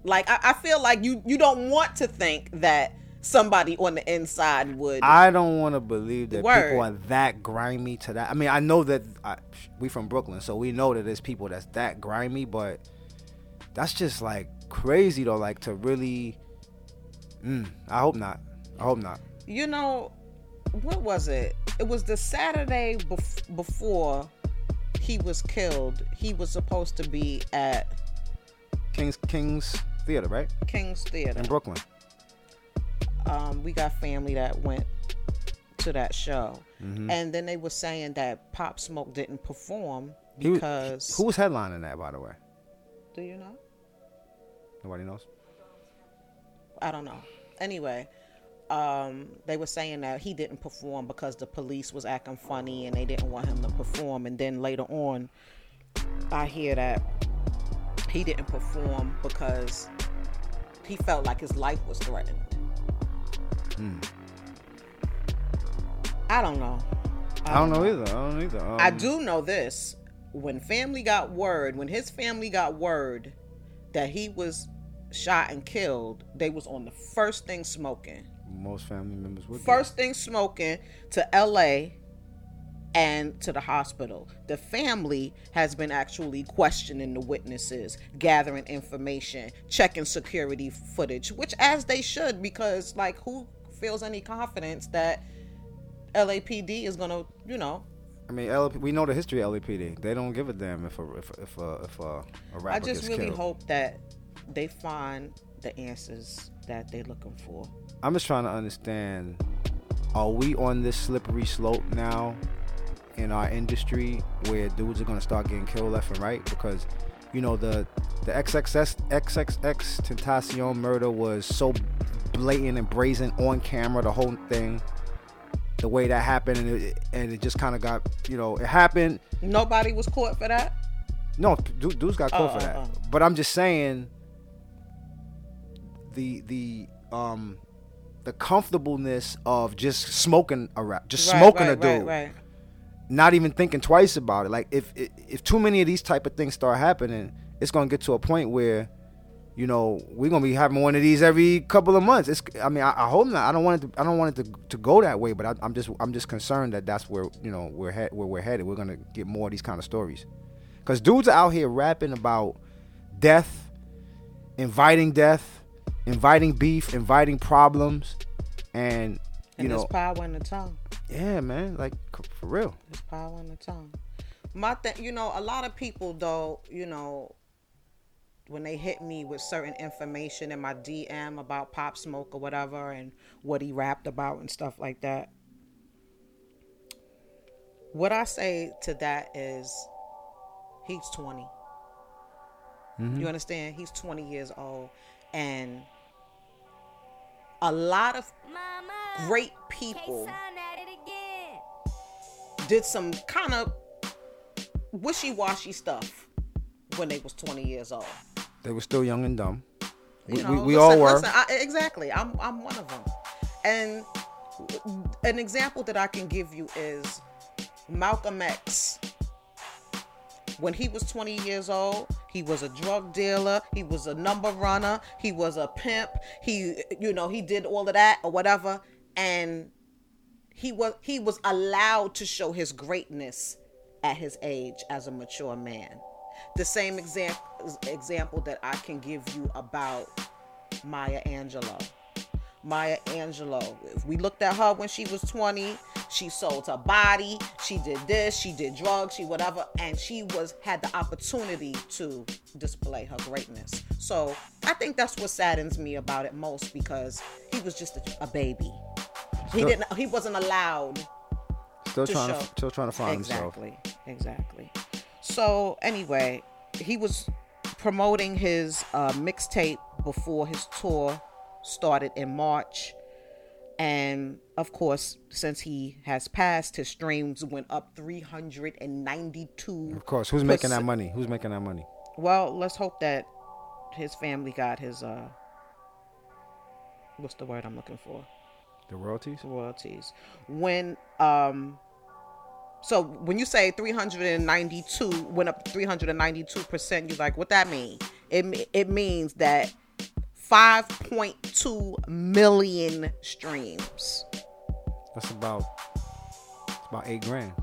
Like I, I feel like you you don't want to think that somebody on the inside would.
I don't want to believe that
Word.
people are that grimy to that. I mean, I know that I, we from Brooklyn, so we know that there's people that's that grimy, but that's just like crazy though. Like to really, mm, I hope not. I hope not.
you know, what was it? It was the Saturday bef- before he was killed. He was supposed to be at
Kings Kings Theater, right
King's Theater.
in Brooklyn.
Um, we got family that went to that show,
Mm-hmm.
and then they were saying that Pop Smoke didn't perform
He was-
because
who was headlining that, by the way?
do you know?
Nobody knows.
I don't know. Anyway, um, they were saying that he didn't perform because the police was acting funny and they didn't want him to perform. And then later on, I hear that he didn't perform because he felt like his life was threatened.
Hmm.
I don't know.
I don't know either. I don't know either. Um,
I do know this. When family got word, when his family got word that he was shot and killed, they was on the first thing smoking.
Most family members would. be.
First thing smoking to LA and to the hospital. The family has been actually questioning the witnesses, gathering information, checking security footage, which as they should because like who feels any confidence that LAPD is going to, you know,
I mean, LAP, we know the history of LAPD. They don't give a damn if a if a, if a, if a, a rapper
I just
gets
really
killed.
hope that they find the answers that they're looking for.
I'm just trying to understand. Are we on this slippery slope now in our industry where dudes are gonna start getting killed left and right? Because you know the the XXX XXX Tentacion murder was so blatant and brazen on camera, the whole thing, the way that happened, and it, and it just kind of got you know it happened.
Nobody was caught for that.
No, dude, dude's got caught for
Oh,
that.
oh, oh.
But I'm just saying, the the um the comfortableness of just smoking a rap, just smoking
right,
a dude,
Right, right.
not even thinking twice about it. Like if if- if too many of these type of things start happening, it's gonna get to a point where. You know, we're gonna be having one of these every couple of months. It's, I mean, I, I hope not. I don't want it. To, I don't want it to, to go that way. But I, I'm just, I'm just concerned that that's where you know we're head, where we're headed. We're gonna get more of these kind of stories. Cause dudes are out here rapping about death, inviting death, inviting beef, inviting problems, and you
And there's
know,
power in the tongue.
yeah, man, like c- for real.
There's power in the tongue. My thing, you know, a lot of people though, you know, when they hit me with certain information in my DM about Pop Smoke or whatever and what he rapped about and stuff like that. What I say to that is he's 20. You understand? He's 20 years old and a lot of
Mama,
great
K-Sun
people
at it again.
did some kind of wishy-washy stuff when they was 20 years old.
They were still young and dumb. We,
You know,
we, we
listen-
all were.
listen, I, exactly. I'm I'm one of them. And an example that I can give you is Malcolm X. When he was 20 years old, he was a drug dealer, he was a number runner, he was a pimp. He you know, he did all of that or whatever and he was he was allowed to show his greatness at his age as a mature man. The same example example that I can give you about Maya Angelou. Maya Angelou. If we looked at her when she was 20, she sold her body, she did this, she did drugs, she whatever, and she was had the opportunity to display her greatness. So I think that's what saddens me about it most because he was just a, a baby. He
Sure.
didn't. He wasn't allowed
still
to
trying
show.
to, still trying to find himself.
exactly exactly so anyway he was promoting his uh, mixtape before his tour started in march and of course since he has passed his streams went up 392
Of course, who's making that money? Who's making that money?
well let's hope that his family got his uh what's the word i'm looking for
The royalties.
royalties when um so when you say 392 went up 392 percent you're like what that mean it me- it means that 5.2 million streams.
That's about it's about eight grand.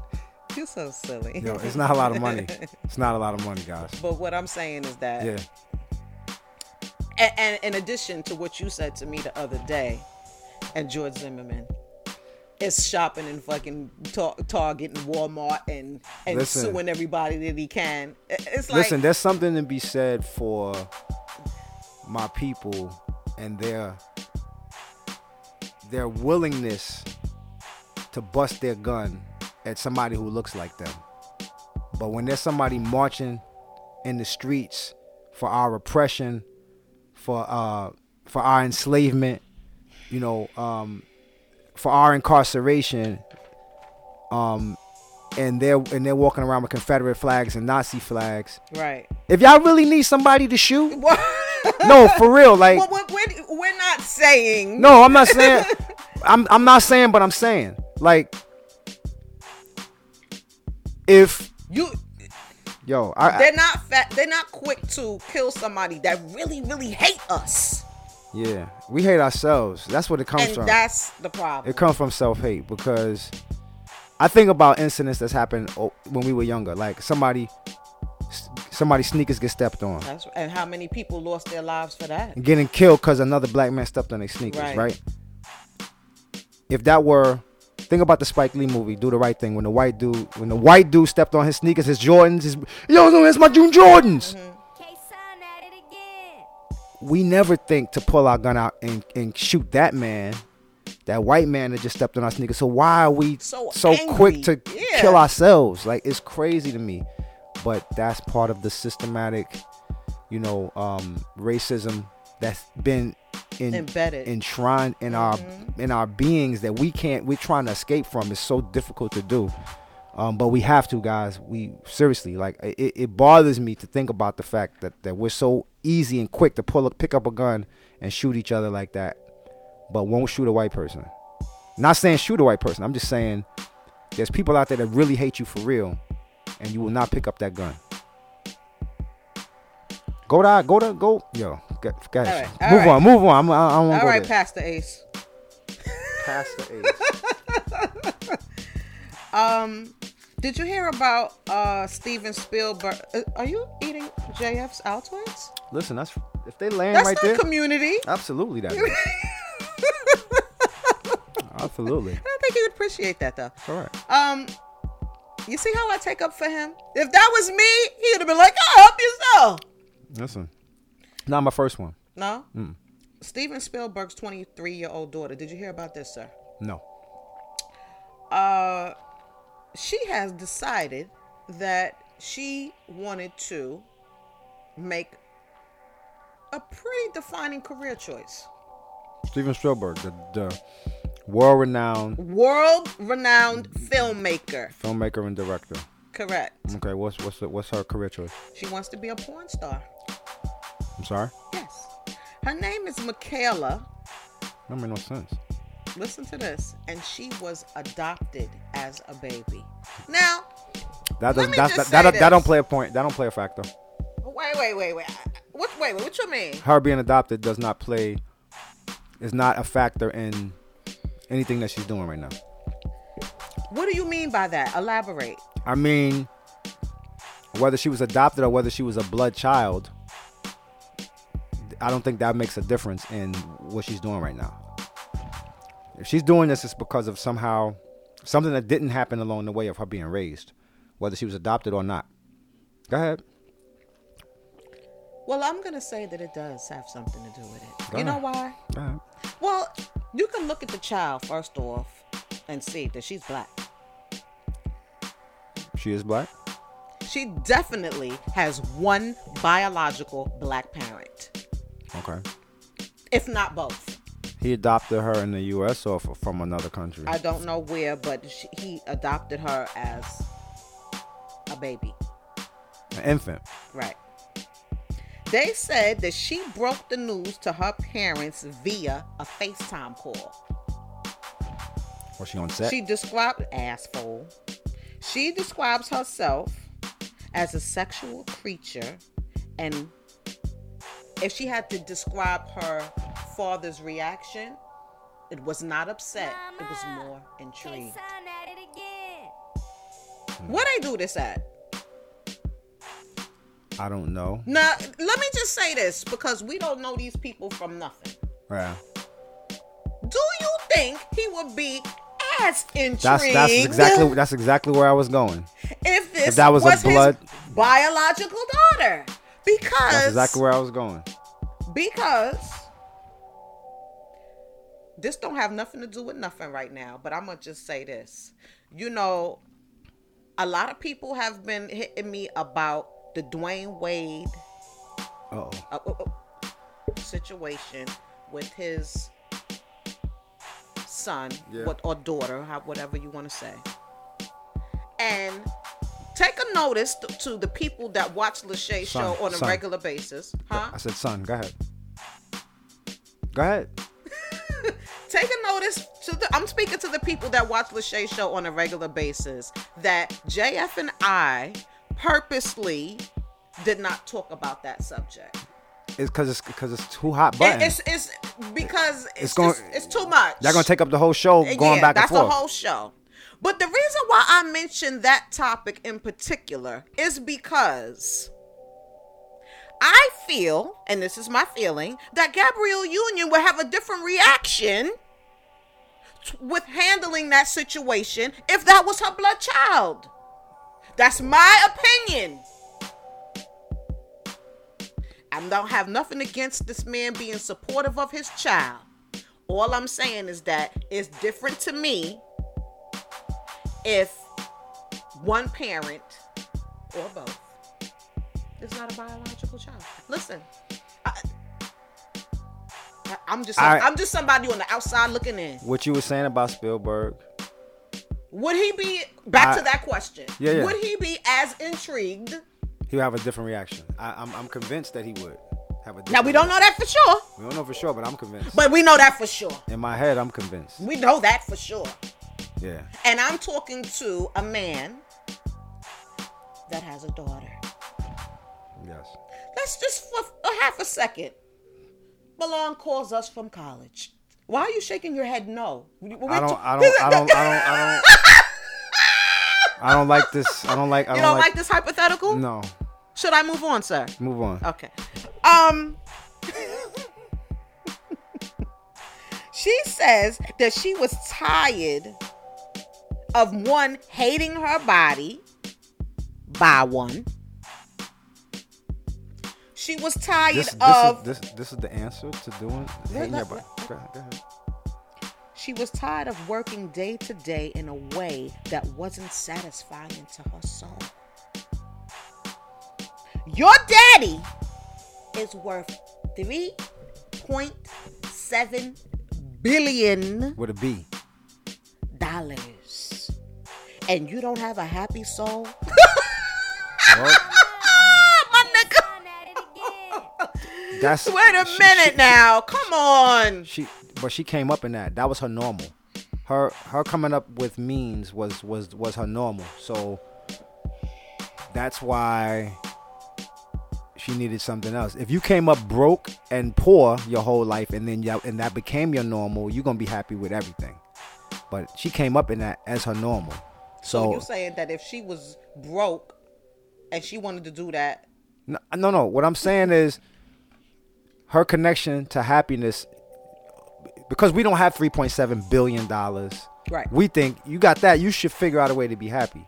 You're so silly.
Yo, it's not a lot of money. It's not a lot of money, guys.
But what I'm saying is that,
Yeah.
and, and in addition to what you said to me the other day, and George Zimmerman is shopping in fucking Tar- Target and Walmart and and
Listen.
suing everybody that he can. It- It's like
Listen, there's something to be said for my people and their their willingness to bust their gun at somebody who looks like them. But when there's somebody marching in the streets for our oppression, for uh for our enslavement, you know, um for our incarceration, um and they're and they're walking around with Confederate flags and Nazi flags.
right.
If y'all really need somebody to shoot,
Well,
no, for real, like
well, we're, we're- we're not saying
no, I'm not saying, I'm I'm not saying, but I'm saying like if
you.
yo, I, I
They're not fat. They're not quick to kill somebody that really, really hate us,
yeah, we hate ourselves. That's what it comes
and
from.
that's the problem.
It comes from self hate because I think about incidents that's happened oh, when we were younger, like somebody s- somebody's sneakers get stepped on.
That's, and how many people lost their lives for that?
and getting killed because another black man stepped on their sneakers,
Right.
right. If that were, think about the Spike Lee movie, Do the Right Thing, when the white dude, when the white dude stepped on his sneakers, his Jordans, his yo, no, that's my June Jordans.
Mm-hmm.
K-Sun at it again.
We never think to pull our gun out and, and shoot that man, that white man that just stepped on our sneakers. So why are we
So
quick
angry.
to
Yeah.
kill ourselves? Like it's crazy to me, but that's part of the systematic, you know, um, racism that's been in,
Embedded.
enshrined in our in our beings that we can't we're trying to escape from it's so difficult to do um, but we have to guys we seriously like it, it bothers me to think about the fact that, that we're so easy and quick to pull up pick up a gun and shoot each other like that but won't shoot a white person not saying shoot a white person i'm just saying there's people out there that really hate you for real and you will not pick up that gun go to go to go yo guys
right, all
move
right.
on move on i'm i, I won't
All
go
right,
there.
Pastor Ace.
past the age.
Um, did you hear about uh Steven Spielberg? uh, Are you eating JF's Altoids?
Listen, that's if they land
That's
right
not
there.
community.
absolutely that.
I
is. absolutely.
don't think you'd appreciate that though.
All right.
Um, you see how I take up for him? If that was me, he would have been like, "Oh, help yourself."
Listen. Not my first one.
No. Steven Spielberg's 23 year old daughter. Did you hear about this, sir?
No.
Uh, she has decided that she wanted to make a pretty defining career choice.
Steven Spielberg, the, the world renowned
World renowned filmmaker.
filmmaker and director.
Correct.
Okay, what's what's the, what's her career choice?
She wants to be a porn star.
I'm sorry.
Yes. Her name is Michaela.
That made no sense.
Listen to this. And she was adopted as a baby. Now,
That doesn't
me
that's, that
just
that,
say
don't- that don't
this.
play a point. That don't play a factor.
wait, wait, wait, wait. What, wait, wait, what you mean?
Her being adopted does not play is not a factor in anything that she's doing right now.
What do you mean by that? Elaborate.
I mean, whether she was adopted or whether she was a blood child, I don't think that makes a difference in what she's doing right now. If she's doing this, it's because of somehow something that didn't happen along the way of her being raised, whether she was adopted or not. Go ahead.
Well, I'm going to say that it does have something to do with it.
Go
You know
ahead.
why?
Go ahead.
Well, you can look at the child first off and see that she's black.
She is black.
She definitely has one biological black parent,
Okay.
if not both.
He adopted her in the U.S. or f- from another country.
I don't know where, but she, he adopted her as a baby.
An infant.
Right. They said that she broke the news to her parents via a FaceTime call.
Was she on set?
She described asshole. She describes herself as a sexual creature and if she had to describe her father's reaction, it was not upset. It was more
K-Sun
intrigued.
at it again.
Where they do this at?
I don't know.
Now, let me just say this because we don't know these people from nothing.
Yeah.
Do you think he would be as intrigued
That's that's exactly that's exactly where I was going.
if this
if that was a
his
blood-
biological daughter? Because
That's exactly where I was going.
because this don't have nothing to do with nothing right now but i'm gonna just say this you know a lot of people have been hitting me about the dwayne wade
Oh,
uh, uh, uh, situation with his son
Yeah.
what, or daughter how, whatever you want to say and take a notice t- to the people that watch lachey's
Son,
show on a
son.
regular basis huh
I said, son, go ahead. Go ahead.
Take a notice to the. I'm speaking to the people that watch Lachey show on a regular basis. That JF and I purposely did not talk about that subject.
It's because it's because it's too hot
It-
button.
it's it's because it's
It's gonna-
just- it's too much.
Y'all gonna take up the whole show
Uh, Yeah,
going back and
that's
forth.
a whole show. But the reason why I mentioned that topic in particular is because I feel, and this is my feeling, that Gabrielle Union would have a different reaction t- with handling that situation if that was her blood child. That's my opinion. I don't have nothing against this man being supportive of his child. All I'm saying is that it's different to me if one parent or both is not a biological child. Listen, I, I- I'm just
I-
I'm just somebody on the outside looking in.
what you were saying about Spielberg,
Would he be back
I-
to that question?
Yeah, yeah.
Would he be as intrigued?
he would have a different reaction. I, I'm I'm convinced that he would have a. Different
Now we don't know that for sure,
We don't know for sure, but I'm convinced.
but we know that for sure.
In my head, I'm convinced.
We know that for sure.
Yeah.
And I'm talking to a man that has a daughter.
Yes.
Let's just for a half a second. Malone calls us from college. Why are you shaking your head? No. We- we-
I don't. I don't. I don't. I don't. I don't. I don't like this. I don't like. I
you
don't,
don't like, this hypothetical?
No.
Should I move on, sir?
Move on.
Okay. Um She says that she was tired of one hating her body by one. She was tired
This, this,
of
is, this, this is the answer to doing hating your
let-
body. Go ahead, go ahead.
She was tired of working day to day in a way that wasn't satisfying to her soul. Your daddy is worth 3.7 billion
With a B.
dollars. And you don't have a happy soul?
Well,
My nigga.
Sun at it again.
that's
Wait a
she-
minute
she-
now. Come on.
She, but she came up in that. That was her normal. Her her coming up with memes was was was her normal. So that's why she needed something else. If you came up broke and poor your whole life, and then you, and that became your normal, you're gonna be happy with everything. But she came up in that as her normal.
So
So,
you're saying that if she was broke and she wanted to do that,
No, no, no. What I'm saying is her connection to happiness because we don't have 3.7 billion dollars.
Right.
We think you got that, you should figure out a way to be happy.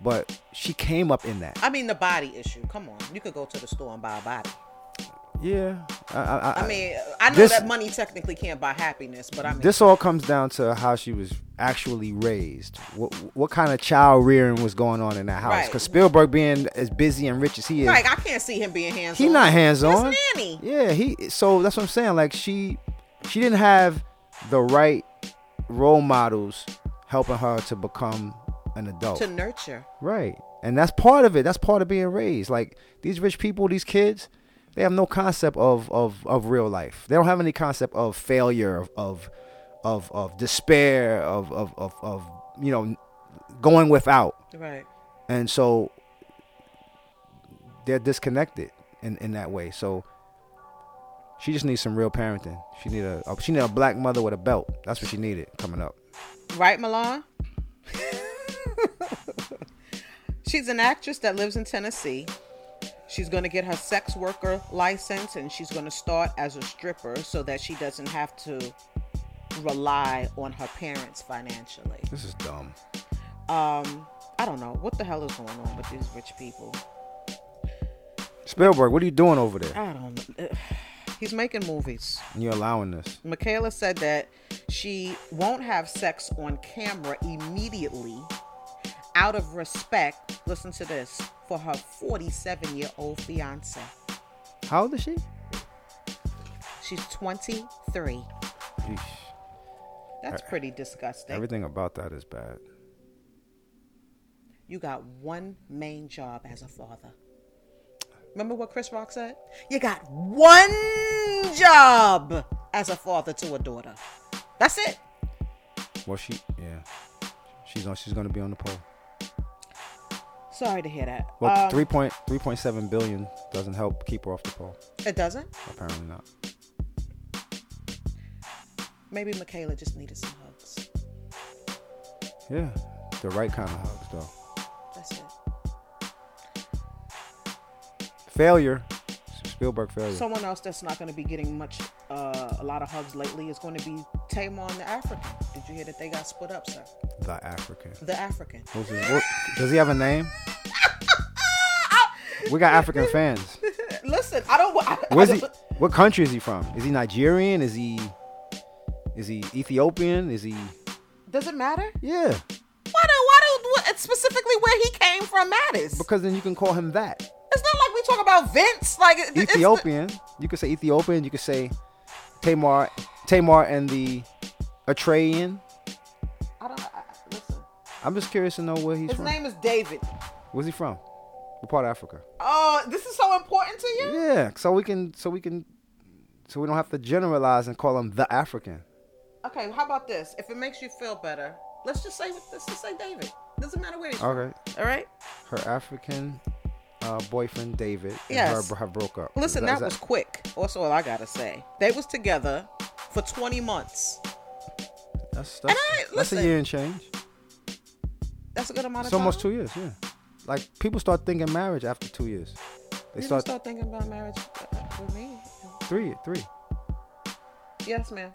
But she came up in that.
I mean, the body issue. Come on, you could go to the store and buy a body.
Yeah. I, I, I,
I mean, uh, I know
This-
that money technically can't buy happiness, but I mean,
this all comes down to how she was actually raised. What what kind of child rearing was going on in that house?
Right.
Because Spielberg being as busy and rich as he is,
like I can't see him being hands.
He not hands on.
His nanny.
Yeah, he. So that's what I'm saying. Like she, she didn't have the right role models helping her to become an adult.
to nurture.
right, and that's part of it. That's part of being raised. Like these rich people, these kids, they have no concept of of of real life. They don't have any concept of failure, of of of, of despair, of, of of of you know going without
Right.
and so they're disconnected in, in that way so She just needs some real parenting. She need a a- she need a black mother with a belt. That's what she needed coming up.
Right, Milan? she's an actress that lives in Tennessee. She's going to get her sex worker license and she's going to start as a stripper so that she doesn't have to rely on her parents financially.
This is dumb.
Um, I don't know what the hell is going on with these rich people.
Spielberg, what are you doing over there?
I don't know. He's making movies.
And you're allowing this.
Michaela said that she won't have sex on camera immediately out of respect, listen to this, for her 47 year old fiance.
How old is she?
She's 23.
Yeesh. Uh,
That's pretty disgusting.
Everything about that is bad.
You got one main job as a father. Remember what Chris Rock said? You got one job as a father to a daughter. That's it.
Well, she yeah, she's on. She's gonna be on the poll.
Sorry to hear that.
Well,
Um,
three point three point seven billion doesn't help keep her off the poll.
It doesn't?
Apparently not.
Maybe Michaela just needed some hugs.
Yeah, the right kind of hugs though.
That's it.
Failure. Spielberg failure.
Someone else that's not going to be getting much, uh, a lot of hugs lately is going to be Tamon the African. Did you hear that they got split up, sir?
the African.
The African.
What's his- what- does he have a name? We got African fans.
Listen, I don't. I, I
Where's he?
just-
What country is he from? Is he Nigerian? Is he? Is he Ethiopian? Is he?
Does it matter?
Yeah,
Why do? Why do? What, specifically, where he came from matters.
because then you can call him that.
It's not like we talk about Vince. Like it- it's the-
Ethiopian. You could say Ethiopian. You could say Tamar, Tamar and the Atreian.
I don't. I, I- listen,
I'm just curious to know where he's
his
from.
name is David.
Where's he from? What part of Africa?
Oh, this is so important to you.
Yeah, so we can, so we can, so we don't have to generalize and call him the African.
Okay, how about this? If it makes you feel better, let's just say let's just say David. Doesn't matter where he's from.
Okay.
All right.
Her African uh, boyfriend David and
Yes.
her have broke up.
Listen,
Is
that,
is
was quick. That's all I gotta say. They was together for 20 months.
that's that's,
and I-
that's a
listen.
year and change.
That's a good amount of
It's
time.
almost two years. Yeah, like people start thinking marriage after two years. They
You
start
start, start thinking about marriage uh, with me.
three, three.
Yes, ma'am.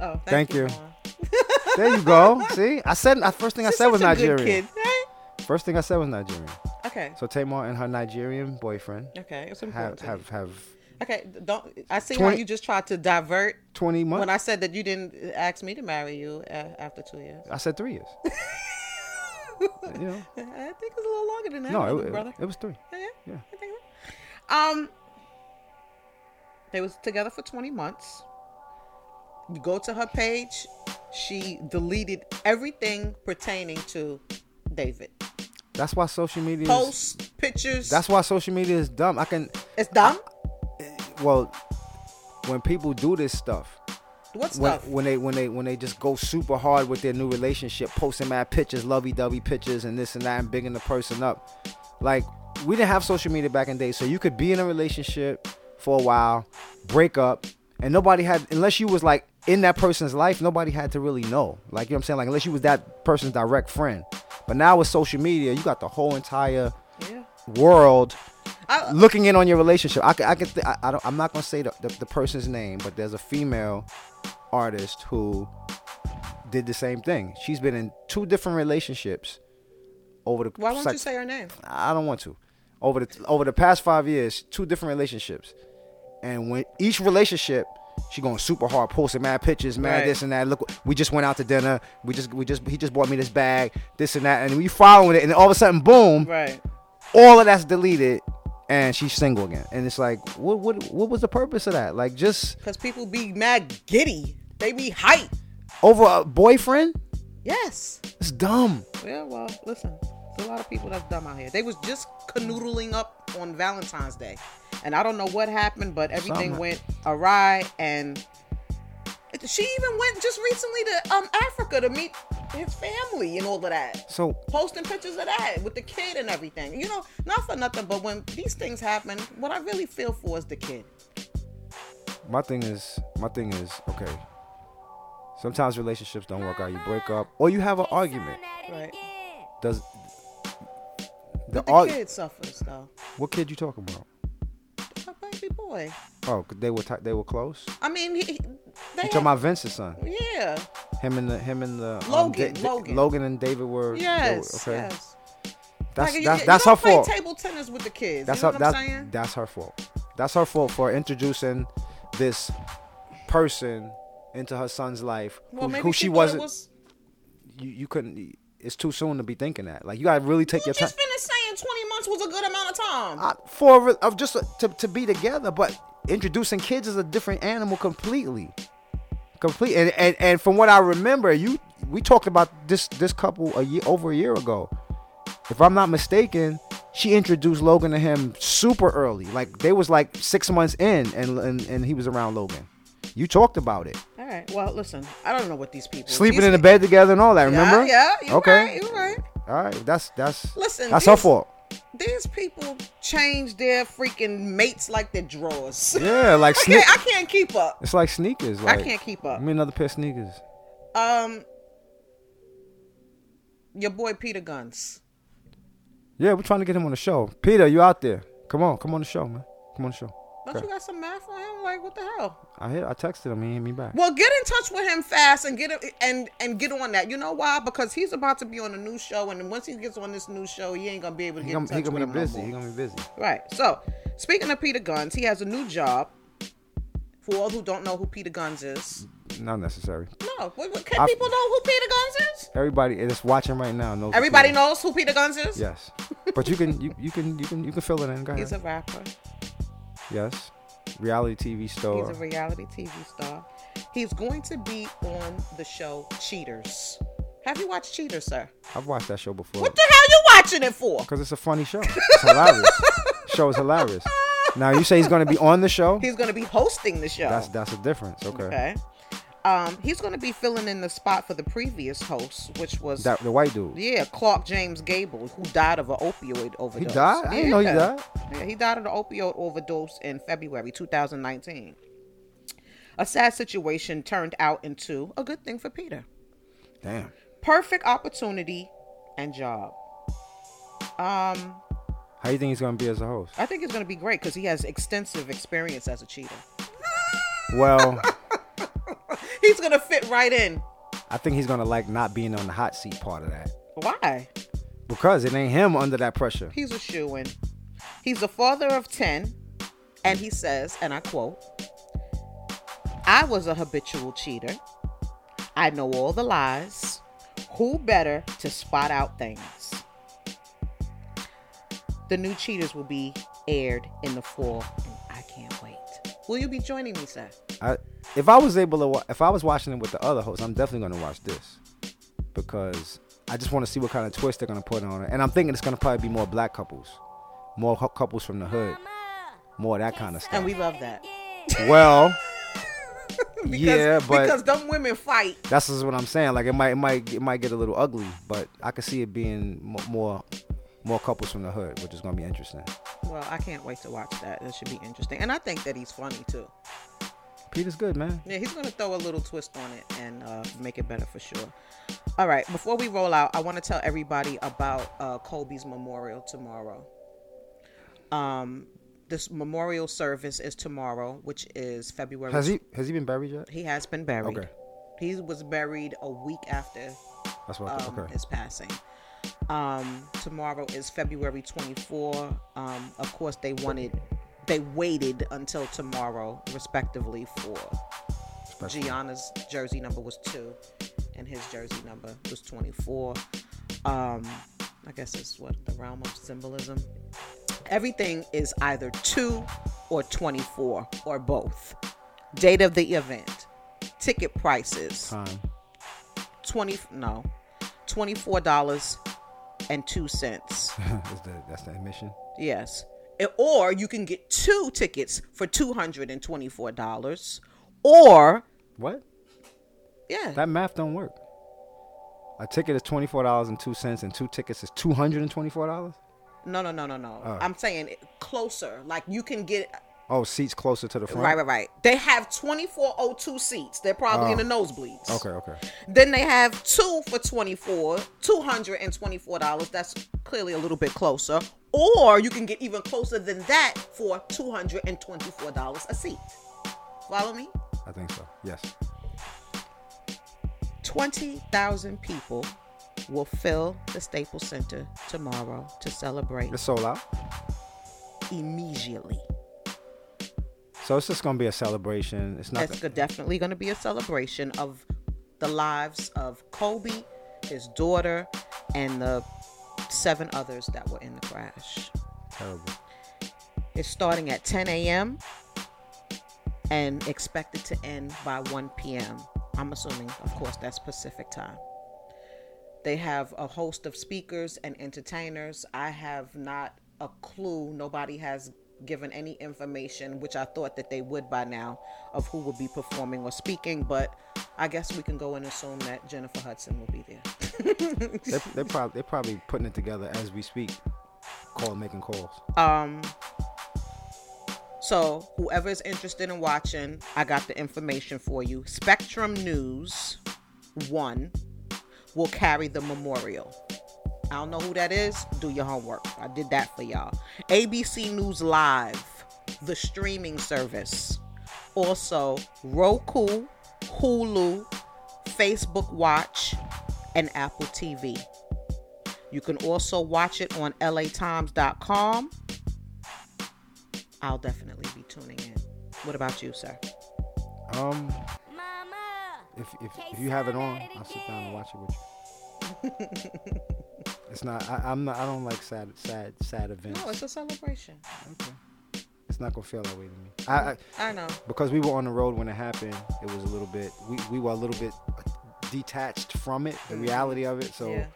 Oh, thank,
Thank
you.
you.
Vaughn.
There you go. See, I said I, first thing I
She's
said was
such a good
Nigerian.
kid, right?
First thing I said was Nigerian.
Okay.
So Tamar and her Nigerian boyfriend
okay. It's
have
important. to
have, have
you. okay. Don't. I see how
20
you just tried to divert
twenty months.
when I said that you didn't uh, ask me to marry you uh, after two years.
I said three years. you know,
I think it's a little longer than that,
no,
little
it,
brother.
it, it was three.
Yeah,
Yeah.
I think so. Um, they was together for 20 months. You go to her page, she deleted everything pertaining to David.
That's why social media. Is,
Posts, pictures.
that's why social media is dumb. I can
it's dumb.
well when people do this stuff
What
when,
stuff?
when they when they when they just go super hard with their new relationship posting mad pictures lovey-dovey pictures and this and that and bigging the person up like we didn't have social media back in the day so you could be in a relationship for a while break up and nobody had unless you was like in that person's life nobody had to really know like you know what i'm saying like unless you was that person's direct friend but now with social media you got the whole entire
yeah.
world
I-
looking in on your relationship. I can, I can, th- I, I don't, I'm not gonna say the, the, the person's name, but there's a female artist who did the same thing. She's been in two different relationships over the.
Why won't you
like-
say her name?
I don't want to. Over the over the past five years, two different relationships, and when each relationship, she going super hard, posting mad pictures, mad
Right.
this and that. Look, we just went out to dinner. We just we just he just bought me this bag, this and that, and we following it, and all of a sudden, boom,
Right.
all of that's deleted and she's single again and it's like what what what was the purpose of that like just
Because people be mad giddy. They be hype.
over a boyfriend
Yes.
it's dumb
Yeah, well, listen, there's a lot of people that's dumb out here. They was just canoodling up on Valentine's Day, and I don't know what happened, but everything
Something.
went awry. And it- she even went just recently to um Africa to meet his family and all of that,
so
posting pictures of that with the kid and everything. You know, not for nothing, but when these things happen, what I really feel for is the kid.
my thing is my thing is okay. Sometimes relationships don't work out. You break up, or you have an argument.
Right.
Does the,
But the
ar-
kid suffers though.
what kid you talking about?
My baby boy.
Oh, 'cause they were ti they were close.
I mean, he, he- they.
You
had-
talking about Vince's son?
yeah.
Him and the him and the um,
Logan,
Da- Da-
Logan.
and David were. they were-
Yes. Yes.
That's
Like, you-
that's,
you
that's her
don't play
fault.
Table tennis with the kids.
That's
you know
her
what I'm
that's,
saying?
that's her fault. That's her fault for introducing this person into her son's life
Well,
who,
maybe
who
she,
she
thought it
wasn't.
Was,
you, you couldn't. It's too soon to be thinking that. Like you gotta really take
you
your time
just finished saying 20 months was a good amount of time.
I, for a re- of just to to be together. But introducing kids is a different animal completely. Complete and, and and from what I remember, you we talked about this this couple a year over a year ago. If I'm not mistaken, she introduced Logan to him super early. Like they was like six months in, and and, and he was around Logan. You talked about it,
All right. Well, listen. I don't know what these people.
Uh, sleeping
these
in the bed together and all that.
Yeah,
Remember?
Yeah. You're
okay.
Right, you're right.
All right. That's that's
Listen,
That's her
these-
fault.
These people change their freaking mates like their drawers.
Yeah, like
I
sneak.
can't, I can't keep up.
It's like sneakers.
I
Like,
can't keep up.
Give me another pair of sneakers.
Um, your boy Peter Guns.
Yeah, we're trying to get him on the show. Peter, you out there? Come on, come on the show, man. Come on the show.
Don't you got some math on him? Like, what the hell?
I hit, I texted him. He hit me back.
Well, get in touch with him fast and get him and and get on that. You know why? Because he's about to be on a new show, and once he gets on this new show, he ain't gonna be able to
He
get in
gonna,
touch
he gonna
with
be
him
busy.
no more.
he gonna be busy.
Right. So, speaking of Peter Guns, he has a new job. For all who don't know who Peter Guns is,
Not necessary.
no, what, what- can
I-
people know who Peter Guns is?
Everybody that's watching right now knows.
Everybody
knows.
knows who Peter Guns is.
Yes, but you can you, you can you can you can fill it in. Go
He's
ahead.
a rapper.
yes, reality TV
He's
star.
a reality TV star. He's going to be on the show Cheaters. Have you watched Cheaters, sir?
I've watched that show before.
What the hell you watching it for?
Because it's a funny show. It's hilarious. show is hilarious. Now you say he's gonna be on the show.
He's going to be hosting the show.
That's that's a difference. Okay.
okay. Um, he's going to be filling in the spot for the previous host, which was
That the white dude.
yeah, Clark James Gable, who died of an opioid overdose.
died? I didn't know he died.
Yeah, he died of an opioid overdose in February 2019. A sad situation turned out into a good thing for Peter.
Damn.
perfect opportunity and job. Um,
How you think he's gonna be as a host?
I think it's going to be great because he has extensive experience as a cheater.
Well.
He's going to fit right in.
I think he's gonna like not being on the hot seat part of that
Why?
because it ain't him under that pressure.
He's a shoo in. He's a father of 10, and he says, and I quote, I was a habitual cheater. I know all the lies. Who better to spot out things? The new cheaters will be aired in the fall, and I can't wait. Will you be joining me, sir?
I, if I was able to, wa- if I was watching it with the other host, I'm definitely gonna watch this because I just want to see what kind of twist they're gonna put on it. And I'm thinking it's gonna probably be more black couples, more hu- couples from the hood, more that kind of stuff.
And we love that.
well,
Because,
yeah, but
because them women fight.
that's just what I'm saying. Like it might, it might, it might get a little ugly, but I could see it being mo- more, more couples from the hood, which is gonna be interesting.
Well, I can't wait to watch that. That should be interesting. And I think that he's funny too.
Peter's good, man.
Yeah, he's gonna throw a little twist on it and uh, make it better for sure. All right, before we roll out, I want to tell everybody about uh, Kobe's memorial tomorrow. Um, this memorial service is tomorrow, which is February.
Has he, has he been buried yet?
He has been buried.
Okay.
He was buried a week after
That's what. I thought.
um,
okay.
his passing. Um, tomorrow is February 24. Um, of course, they wanted, they waited until tomorrow, respectively, for Gianna's jersey number was two, and his jersey number was 24. Um, I guess it's what the realm of symbolism. Everything is either two or 24 or both. Date of the event, ticket prices,
Time.
20 no, $24.02.
That's the, that's the admission.
Yes. It- Or you can get two tickets for $224 or
What?
yeah.
That math don't work. A ticket is twenty four dollars and two cents, and two tickets is two hundred and twenty four dollars.
No, no, no, no, no.
Oh.
I'm saying it- closer. Like you can get
Oh, seats closer to the front.
Right, right, right. They have 2402 seats. They're probably in the nosebleeds.
Oh. Okay, okay.
Then they have two for 24, $224. That's clearly a little bit closer. Or you can get even closer than that for $224 a seat. Follow me?
I think so. Yes.
20,000 people will fill the Staples Center tomorrow to celebrate
It's sold out.
immediately.
So it's just gonna be a celebration. It's not.
It's go- definitely going to be a celebration of the lives of Kobe, his daughter, and the seven others that were in the crash.
terrible.
It's starting at 10 a.m. and expected to end by 1 p.m. I'm assuming, of course, that's Pacific time. They have a host of speakers and entertainers. I have not a clue. Nobody has given any information, which I thought that they would by now, of who will be performing or speaking. But I guess we can go and assume that Jennifer Hudson will be there.
They they probably they probably putting it together as we speak. Call making calls.
Um, so whoever is interested in watching, I got the information for you. Spectrum News One will carry the memorial. I don't know who that is. Do your homework. I did that for y'all. ABC News Live, the streaming service. Also, Roku, Hulu, Facebook Watch, and Apple TV. You can also watch it on latimes.com. I'll definitely be tuning in. What about you, sir?
Um,
Mama.
if if, if you have it on, I'll sit down and watch it with you. it's not. I, I'm not. I don't like sad sad sad events.
No, Oh, it's a celebration.
It's not gonna feel that way to me. I, I
I know.
because we were on the road when it happened. It was a little bit. We we were a little bit detached from it, the reality of it. So
yeah.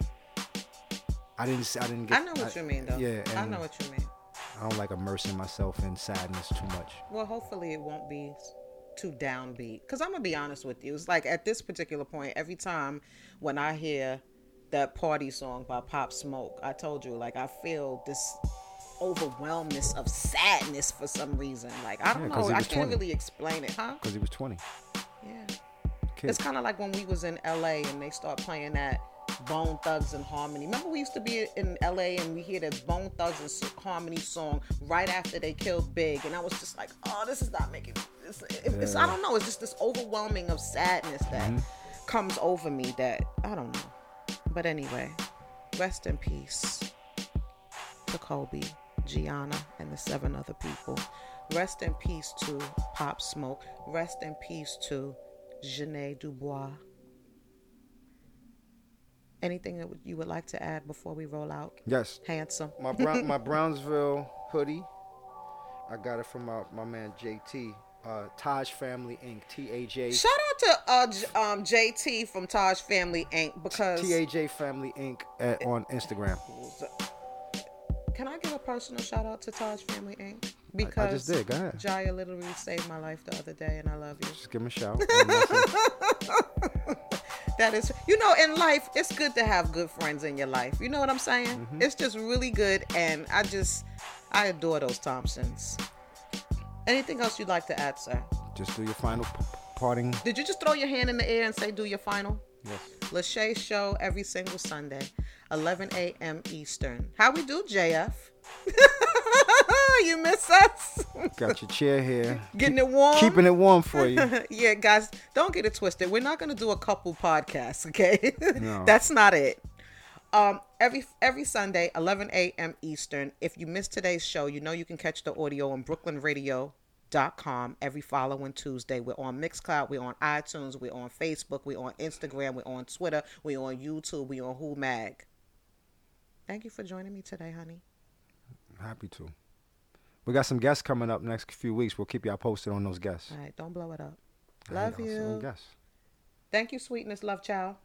I didn't. s- I didn't get.
I know what you mean, though.
Yeah,
I
and
know what you mean.
I don't like immersing myself in sadness too much.
Well, hopefully it won't be too downbeat. Because I'm going to be honest with you. It's like at this particular point, every time when I hear that party song by Pop Smoke, I told you, like, I feel this overwhelmness of sadness for some reason. Like, I don't
Yeah, 'cause
know.
he
I
was
can't
20.
really explain it, huh?
Cause he was 20.
Yeah.
Kid.
It's kind of like when we was in LA and they start playing that Bone Thugs and Harmony. Remember we used to be in LA and we hear that Bone Thugs and S- Harmony song right after they killed Big, and I was just like, oh, this is not making. It's, it's, I don't know. It's just this overwhelming of sadness that comes over me. That I don't know. But anyway, rest in peace to Kobe, Gianna, and the seven other people. Rest in peace to Pop Smoke. Rest in peace to Janae Dubois. Anything that would- you would like to add before we roll out?
Yes.
Handsome.
My Brown, my Brownsville hoodie. I got it from my, my man JT. Uh, Taj Family Inc. T A J.
Shout out to uh, J- um, JT from Taj Family Inc. because
T A J Family Inc. At, on Instagram.
can I give a personal shout out to Taj Family Inc. Because
I, I just did. Go ahead.
Jaya literally saved my life the other day, and I love you.
Just give him a shout. And that's it.
That is, you know, in life, it's good to have good friends in your life. You know what I'm saying? It's just really good, and I just, I adore those Thompsons. Anything else you'd like to add, sir?
just do your final p- parting.
Did you just throw your hand in the air and say, "Do your final"?
Yes.
Lachey Show every single Sunday, 11 a.m. Eastern. How we do, JF? you miss us?
Got your chair here.
Getting it warm?
Keeping it warm for you.
yeah, guys, don't get it twisted. We're not gonna do a couple podcasts, okay?
No.
That's not it. Um, every every Sunday, 11 a.m. Eastern. If you missed today's show, you know you can catch the audio on BrooklynRadio.com every following Tuesday. We're on Mixcloud, we're on iTunes, we're on Facebook, we're on Instagram, we're on Twitter, we're on YouTube, we're on Who Mag. Thank you for joining me today, honey.
Happy to. We got some guests coming up next few weeks. We'll keep y'all posted on those guests.
All right, don't blow it up. Love
Hey,
you.
awesome Guests.
Thank you, sweetness. Love, child.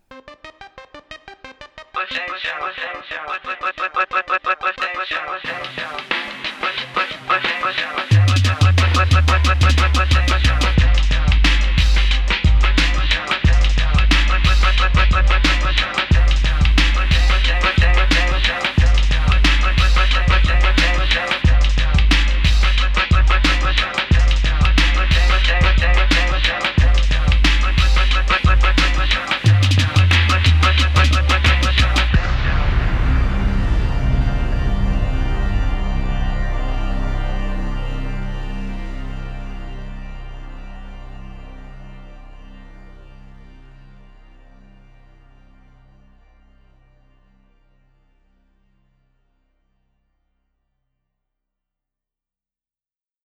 Thank you.